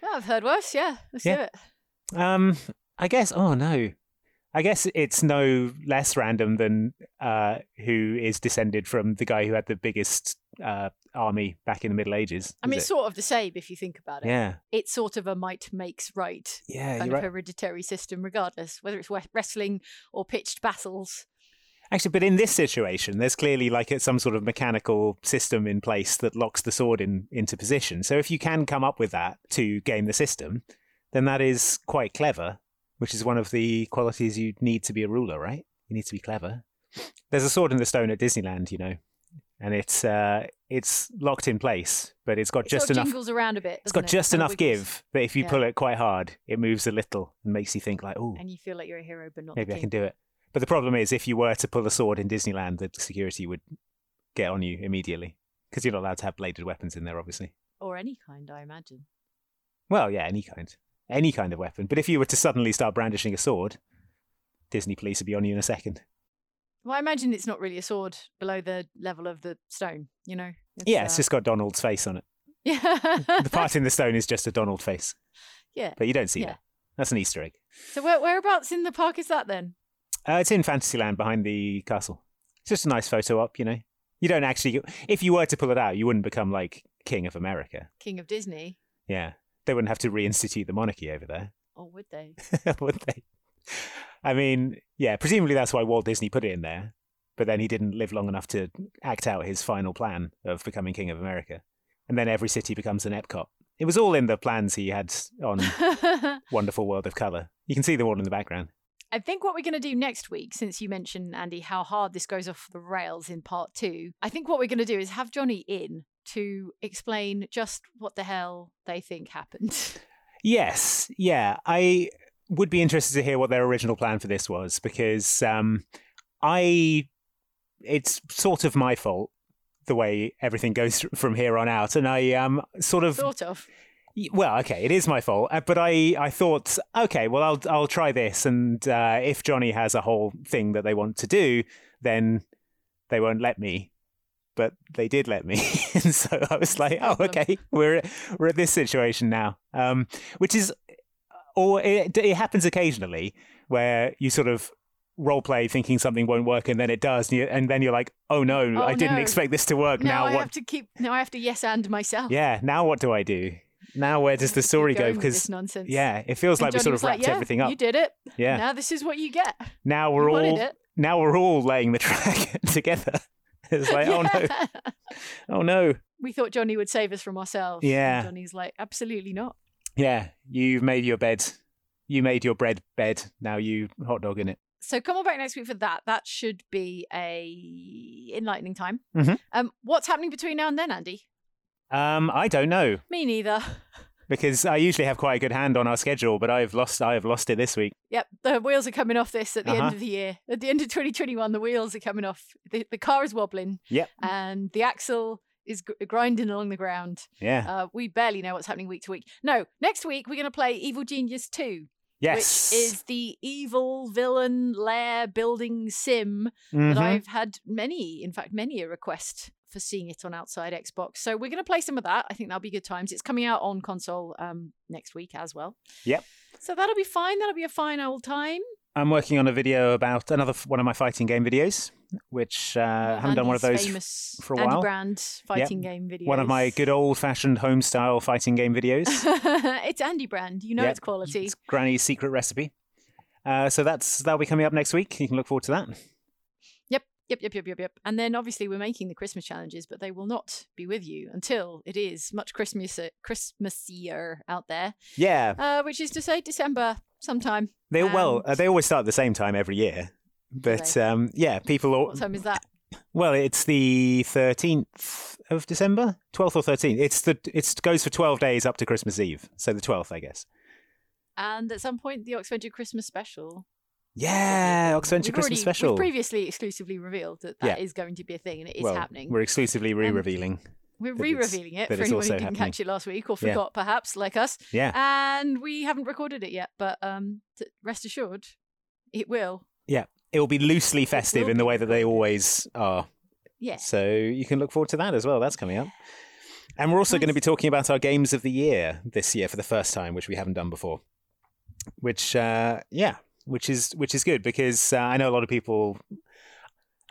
Speaker 2: Oh, I've heard worse. Yeah, let's do
Speaker 6: Yeah.
Speaker 2: it.
Speaker 6: Um, I guess. Oh no, I guess it's no less random than uh, who is descended from the guy who had the biggest uh, army back in the Middle Ages.
Speaker 2: I mean,
Speaker 6: is
Speaker 2: it's sort of the same if you think about it.
Speaker 6: Yeah.
Speaker 2: It's sort of a might makes right
Speaker 6: Yeah,
Speaker 2: kind
Speaker 6: you're
Speaker 2: of
Speaker 6: right.
Speaker 2: hereditary system, regardless whether it's we- wrestling or pitched battles.
Speaker 6: it? Actually, but in this situation, there's clearly like a, some sort of mechanical system in place that locks the sword in into position. So if you can come up with that to game the system, then that is quite clever, which is one of the qualities you need to be a ruler, right? You need to be clever. There's a sword in the stone at Disneyland, you know, and it's uh, it's locked in place, but it's got
Speaker 2: It
Speaker 6: just
Speaker 2: sort of
Speaker 6: enough.
Speaker 2: jingles around a bit.
Speaker 6: It's
Speaker 2: doesn't
Speaker 6: got
Speaker 2: it?
Speaker 6: just
Speaker 2: Kind of
Speaker 6: enough
Speaker 2: wiggles.
Speaker 6: give, but if you
Speaker 2: Yeah.
Speaker 6: pull it quite hard, it moves a little and makes you think like, "Oh,
Speaker 2: and you feel like you're a hero, but not.
Speaker 6: maybe
Speaker 2: the
Speaker 6: I
Speaker 2: king.
Speaker 6: can do it." But the problem is, if you were to pull a sword in Disneyland, the security would get on you immediately because you're not allowed to have bladed weapons in there, obviously.
Speaker 2: or any kind, I imagine.
Speaker 6: Well, yeah, any kind, any kind of weapon. But if you were to suddenly start brandishing a sword, Disney police would be on you in a second.
Speaker 2: Well, I imagine it's not really a sword below the level of the stone. You know. uh,
Speaker 6: yeah, it's just got Donald's face on it.
Speaker 2: Yeah.
Speaker 6: The part in the stone is just a Donald face,
Speaker 2: yeah.
Speaker 6: but you don't see
Speaker 2: Yeah.
Speaker 6: that. That's an Easter egg.
Speaker 2: So where, whereabouts in the park is that then?
Speaker 6: Uh, it's in Fantasyland behind the castle. It's just a nice photo op, you know. You don't actually, if you were to pull it out, you wouldn't become like King of America.
Speaker 2: King of Disney,
Speaker 6: Yeah. They wouldn't have to reinstitute the monarchy over there,
Speaker 2: or would they?
Speaker 6: would they? I mean, yeah, presumably that's why Walt Disney put it in there, but then he didn't live long enough to act out his final plan of becoming King of America. And then every city becomes an Epcot. It was all in the plans he had on Wonderful World of Colour. You can see them all in the background.
Speaker 2: I think what we're going to do next week, since you mentioned, Andy, how hard this goes off the rails in part two, I think what we're going to do is have Johnny in to explain just what the hell they think happened.
Speaker 6: Yes, yeah. I would be interested to hear what their original plan for this was because um, I. It's sort of my fault the way everything goes from here on out. And I um, sort of.
Speaker 2: Sort of.
Speaker 6: Y- Well, okay, it is my fault, uh, but I, I thought, okay, well, I'll I'll try this, and uh, if Johnny has a whole thing that they want to do, then they won't let me. But they did let me, and so I was like, oh, okay, we're we're at this situation now, um, which is, uh, or it, it happens occasionally where you sort of role play thinking something won't work, and then it does, and, you, and then you're like, oh no,
Speaker 2: Oh,
Speaker 6: I didn't
Speaker 2: no.
Speaker 6: expect this to work.
Speaker 2: now
Speaker 6: Now,
Speaker 2: I
Speaker 6: what?
Speaker 2: have to keep. Now I have to yes and myself.
Speaker 6: yeah now what do i do now where does the story go
Speaker 2: going with this
Speaker 6: because
Speaker 2: nonsense.
Speaker 6: yeah it feels
Speaker 2: And
Speaker 6: like we
Speaker 2: Johnny
Speaker 6: sort
Speaker 2: was
Speaker 6: of wrapped
Speaker 2: like, yeah,
Speaker 6: everything up
Speaker 2: You did it.
Speaker 6: Yeah.
Speaker 2: Now this is what you get.
Speaker 6: now we're
Speaker 2: You wanted
Speaker 6: all
Speaker 2: it.
Speaker 6: now we're all laying the track together it's like oh
Speaker 2: Yeah.
Speaker 6: no oh no
Speaker 2: We thought Johnny would save us from ourselves. and
Speaker 6: Yeah.
Speaker 2: Johnny's like, absolutely not.
Speaker 6: yeah you've made your bed you made your bread bed now you hot dog in it
Speaker 2: So come on back next week for that. That should be a enlightening time.
Speaker 6: Mhm.
Speaker 2: Um, what's happening between now and then, Andy?
Speaker 6: um i don't know
Speaker 2: Me neither.
Speaker 6: because i usually have quite a good hand on our schedule but i've lost i have lost it this week
Speaker 2: Yep, the wheels are coming off this at the
Speaker 6: Uh-huh.
Speaker 2: end of the year. At the end of 2021, the wheels are coming off. The, the car is wobbling.
Speaker 6: Yep.
Speaker 2: And the axle is gr- grinding along the ground.
Speaker 6: Yeah.
Speaker 2: Uh, we barely know what's happening week to week. No, next week we're going to play Evil Genius 2.
Speaker 6: Yes.
Speaker 2: Which is the evil villain lair building sim
Speaker 6: Mhm.
Speaker 2: that I've had many, in fact, many a request for seeing it on outside Xbox. So we're going to play some of that. I think that'll be good times. It's coming out on console um, next week as well.
Speaker 6: yep
Speaker 2: So that'll be fine. That'll be a fine old time.
Speaker 6: i'm working on a video about another f- one of my fighting game videos which uh, haven't done one of
Speaker 2: Andy's
Speaker 6: those
Speaker 2: famous
Speaker 6: f- for a
Speaker 2: Andy
Speaker 6: while
Speaker 2: Brand fighting
Speaker 6: Yep.
Speaker 2: game videos.
Speaker 6: One of my good old fashioned home style fighting game videos.
Speaker 2: it's Andy Brand. You know
Speaker 6: Yep.
Speaker 2: it's quality.
Speaker 6: Granny's secret recipe. Uh, so that's that'll be coming up next week. You can look forward to that.
Speaker 2: Yep. Yep. Yep. Yep. Yep. Yep. And then obviously we're making the Christmas challenges, but they will not be with you until it is much Christmas Christmasier out there.
Speaker 6: Yeah.
Speaker 2: Uh, which is to say December sometime.
Speaker 6: They well,
Speaker 2: Um,
Speaker 6: uh, they always start at the same time every year. But
Speaker 2: they?
Speaker 6: um, yeah, people. All,
Speaker 2: What time is that?
Speaker 6: well, it's the thirteenth of December, twelfth or thirteenth. It's the it goes for twelve days up to Christmas Eve. So the twelfth, I guess.
Speaker 2: And at some point, the Oxventure Christmas special.
Speaker 6: Yeah,
Speaker 2: We've
Speaker 6: Oxventure Christmas
Speaker 2: already- we've
Speaker 6: special.
Speaker 2: previously exclusively revealed that that is
Speaker 6: Yeah.
Speaker 2: going to be a thing, and it is
Speaker 6: well,
Speaker 2: happening.
Speaker 6: We're exclusively re-revealing.
Speaker 2: We're
Speaker 6: that it's-
Speaker 2: re-revealing it
Speaker 6: that
Speaker 2: for
Speaker 6: it's
Speaker 2: anyone who
Speaker 6: also
Speaker 2: didn't
Speaker 6: happening.
Speaker 2: catch it last week or
Speaker 6: Yeah.
Speaker 2: forgot, perhaps, like us.
Speaker 6: Yeah.
Speaker 2: And we haven't recorded it yet, but um, t- rest assured, it will.
Speaker 6: Yeah, it will be loosely festive in the way that they always are.
Speaker 2: Yeah.
Speaker 6: So you can look forward to that as well. That's coming up. And we're also going to be talking about our games of the year this year for the first time, which we haven't done before. Which, uh, yeah, which is which is good because uh, I know a lot of people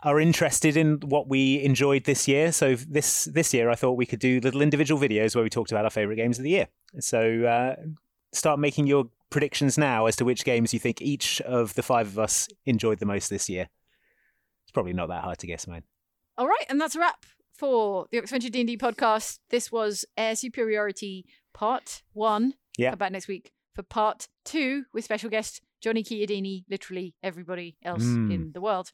Speaker 6: are interested in what we enjoyed this year. So this this year, I thought we could do little individual videos where we talked about our favorite games of the year. So uh, start making your predictions now as to which games you think each of the five of us enjoyed the most this year. It's probably not that hard to guess, man.
Speaker 2: All right, and that's a wrap for the Oxventure D&D podcast. This was Air Superiority Part 1.
Speaker 6: Yeah.
Speaker 2: Come back next week for Part 2 with special guest Johnny Chiodini, literally everybody else
Speaker 6: Hmm.
Speaker 14: Mm.
Speaker 2: in the world.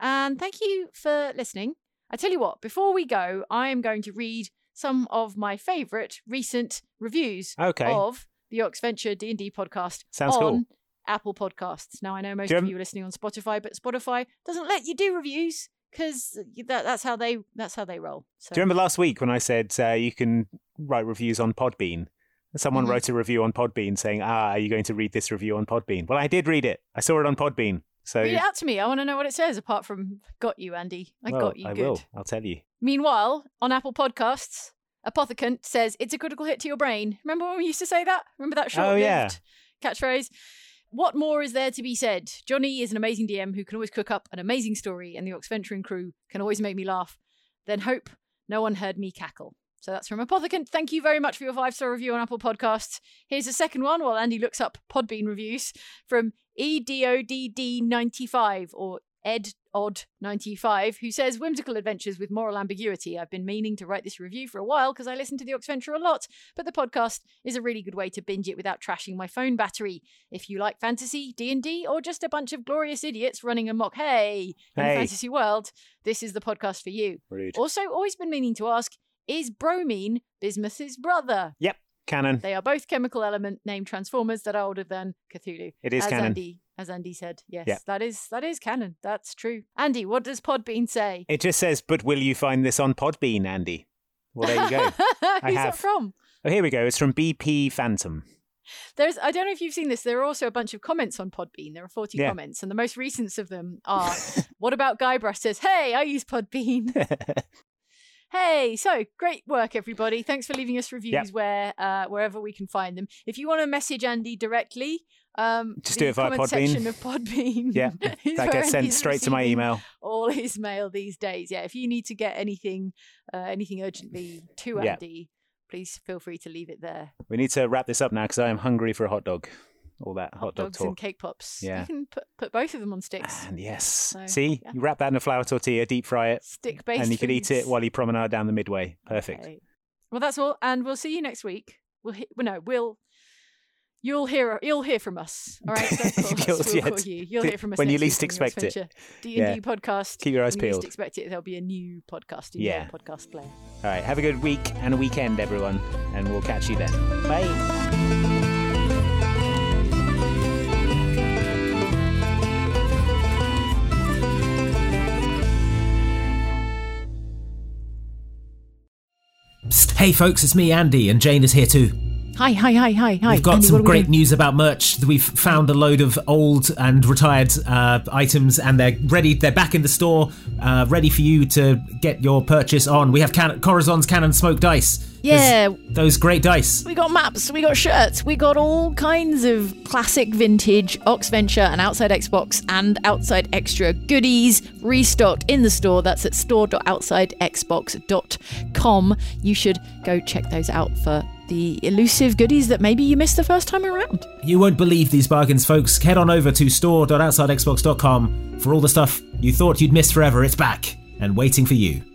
Speaker 2: And thank you for listening. I tell you what, before we go, I am going to read some of my favourite recent reviews
Speaker 6: Okay.
Speaker 2: of the Oxventure D&D podcast
Speaker 6: Sounds
Speaker 2: on
Speaker 6: cool.
Speaker 2: Apple Podcasts. Now I know most
Speaker 6: Do you
Speaker 2: of
Speaker 6: rem-
Speaker 2: you are listening on Spotify, but Spotify doesn't let you do reviews because that, that's how they that's how they roll. So
Speaker 6: Do you remember last week when I said uh, you can write reviews on Podbean? Someone
Speaker 2: Mhm.
Speaker 6: wrote a review on Podbean saying, "Ah, are you going to read this review on Podbean?" Well, I did read it. I saw it on Podbean. So
Speaker 2: read it out to me. I want to know what it says. Apart from "Got you, Andy," I
Speaker 6: Well,
Speaker 2: got you
Speaker 6: I
Speaker 2: good.
Speaker 6: will. I'll tell you.
Speaker 2: Meanwhile, on Apple Podcasts, Apothecant says it's a critical hit to your brain. Remember when we used to say that? Remember that short
Speaker 6: oh yeah.
Speaker 2: catchphrase? What more is there to be said? Johnny is an amazing DM who can always cook up an amazing story, and the Oxventuring crew can always make me laugh. Then hope no one heard me cackle. So that's from Apothecant. Thank you very much for your five star review on Apple Podcasts. Here's a second one while Andy looks up Podbean reviews from E EDODD95 or Ed Odd95, who says Whimsical Adventures with Moral Ambiguity. I've been meaning to write this review for a while because I listen to the Oxventure a lot, but the podcast is a really good way to binge it without trashing my phone battery. If you like fantasy, D&D, or just a bunch of glorious idiots running amok, hey, in
Speaker 14: Hey.
Speaker 2: the fantasy world, this is the podcast for you.
Speaker 6: Rude.
Speaker 2: Also, always been meaning to ask, is bromine bismuth's brother?
Speaker 6: Yep. Canon.
Speaker 2: They are both chemical element named transformers that are older than Cthulhu.
Speaker 6: It is
Speaker 2: as
Speaker 6: canon.
Speaker 2: Andy, as Andy said, yes,
Speaker 6: Yeah.
Speaker 2: that is that is canon. That's true. Andy, what does Podbean say?
Speaker 6: It just says, "But will you find this on Podbean, Andy?" Well, there you go. I
Speaker 2: Who's
Speaker 6: have.
Speaker 2: that from?
Speaker 6: Oh, here we go. It's from BP Phantom.
Speaker 2: There's I don't know if you've seen this. There are also a bunch of comments on Podbean. There are 40
Speaker 6: Yeah.
Speaker 2: comments, and the most recent of them are, "What about Guybrush?" Says, "Hey, I use Podbean." Hey, so great work, everybody. Thanks for leaving us reviews where uh, wherever we can find them. If you want to message Andy directly, um,
Speaker 6: Just
Speaker 2: the
Speaker 6: do it via
Speaker 2: comment
Speaker 6: Podbean.
Speaker 2: section of Podbean.
Speaker 6: Yeah,
Speaker 2: is
Speaker 6: that
Speaker 2: where
Speaker 6: gets sent
Speaker 2: Andy's
Speaker 6: straight to my
Speaker 2: receiving
Speaker 6: email.
Speaker 2: All his mail these days. Yeah, if you need to get anything, uh, anything urgently to
Speaker 6: Yeah.
Speaker 2: Andy, please feel free to leave it there.
Speaker 6: We need to wrap this up now because I am hungry for a hot dog. All that hot, dog
Speaker 2: Dogs
Speaker 6: talk.
Speaker 2: and cake pops.
Speaker 6: Yeah.
Speaker 2: You can put, put both of them on sticks.
Speaker 6: And yes.
Speaker 2: So,
Speaker 6: See,
Speaker 2: yeah.
Speaker 6: you wrap that in a flour tortilla, deep fry it,
Speaker 2: Stick-based
Speaker 6: and you can eat it while you promenade down the midway. Perfect.
Speaker 2: Well, that's all, and we'll see you next week. We'll he- well, no, we'll you'll hear you'll hear from us. All right, Don't call us, we'll
Speaker 6: You'll- yeah,
Speaker 2: call you. You'll
Speaker 6: t-
Speaker 2: hear from us
Speaker 6: when you
Speaker 2: next
Speaker 6: least
Speaker 2: week on the
Speaker 6: expect it.
Speaker 2: Oxventure D&D
Speaker 6: Yeah.
Speaker 2: podcast.
Speaker 6: Keep your eyes
Speaker 2: When you least
Speaker 6: peeled.
Speaker 2: expect it. There'll be a new podcast in
Speaker 6: Yeah.
Speaker 2: your podcast player.
Speaker 6: All right. Have a good week and a weekend, everyone, and we'll catch you then. Bye.
Speaker 1: Psst, hey folks, it's me, Andy, and Jane is here too.
Speaker 2: Hi, hi, hi, hi, hi.
Speaker 1: We've got some great news about merch. We've found a load of old and retired uh, items, and they're ready. They're back in the store, uh, ready for you to get your purchase on. We have can- Corazon's Cannon Smoke Dice.
Speaker 2: Yeah.
Speaker 1: There's those great dice.
Speaker 2: We got maps, we got shirts, we got all kinds of classic vintage Oxventure and Outside Xbox and Outside Extra goodies restocked in the store. That's at store.outsidexbox.com. You should go check those out for the elusive goodies that maybe you missed the first time around.
Speaker 1: You won't believe these bargains, folks. Head on over to store.outsidexbox.com for all the stuff you thought you'd miss forever. It's back and waiting for you.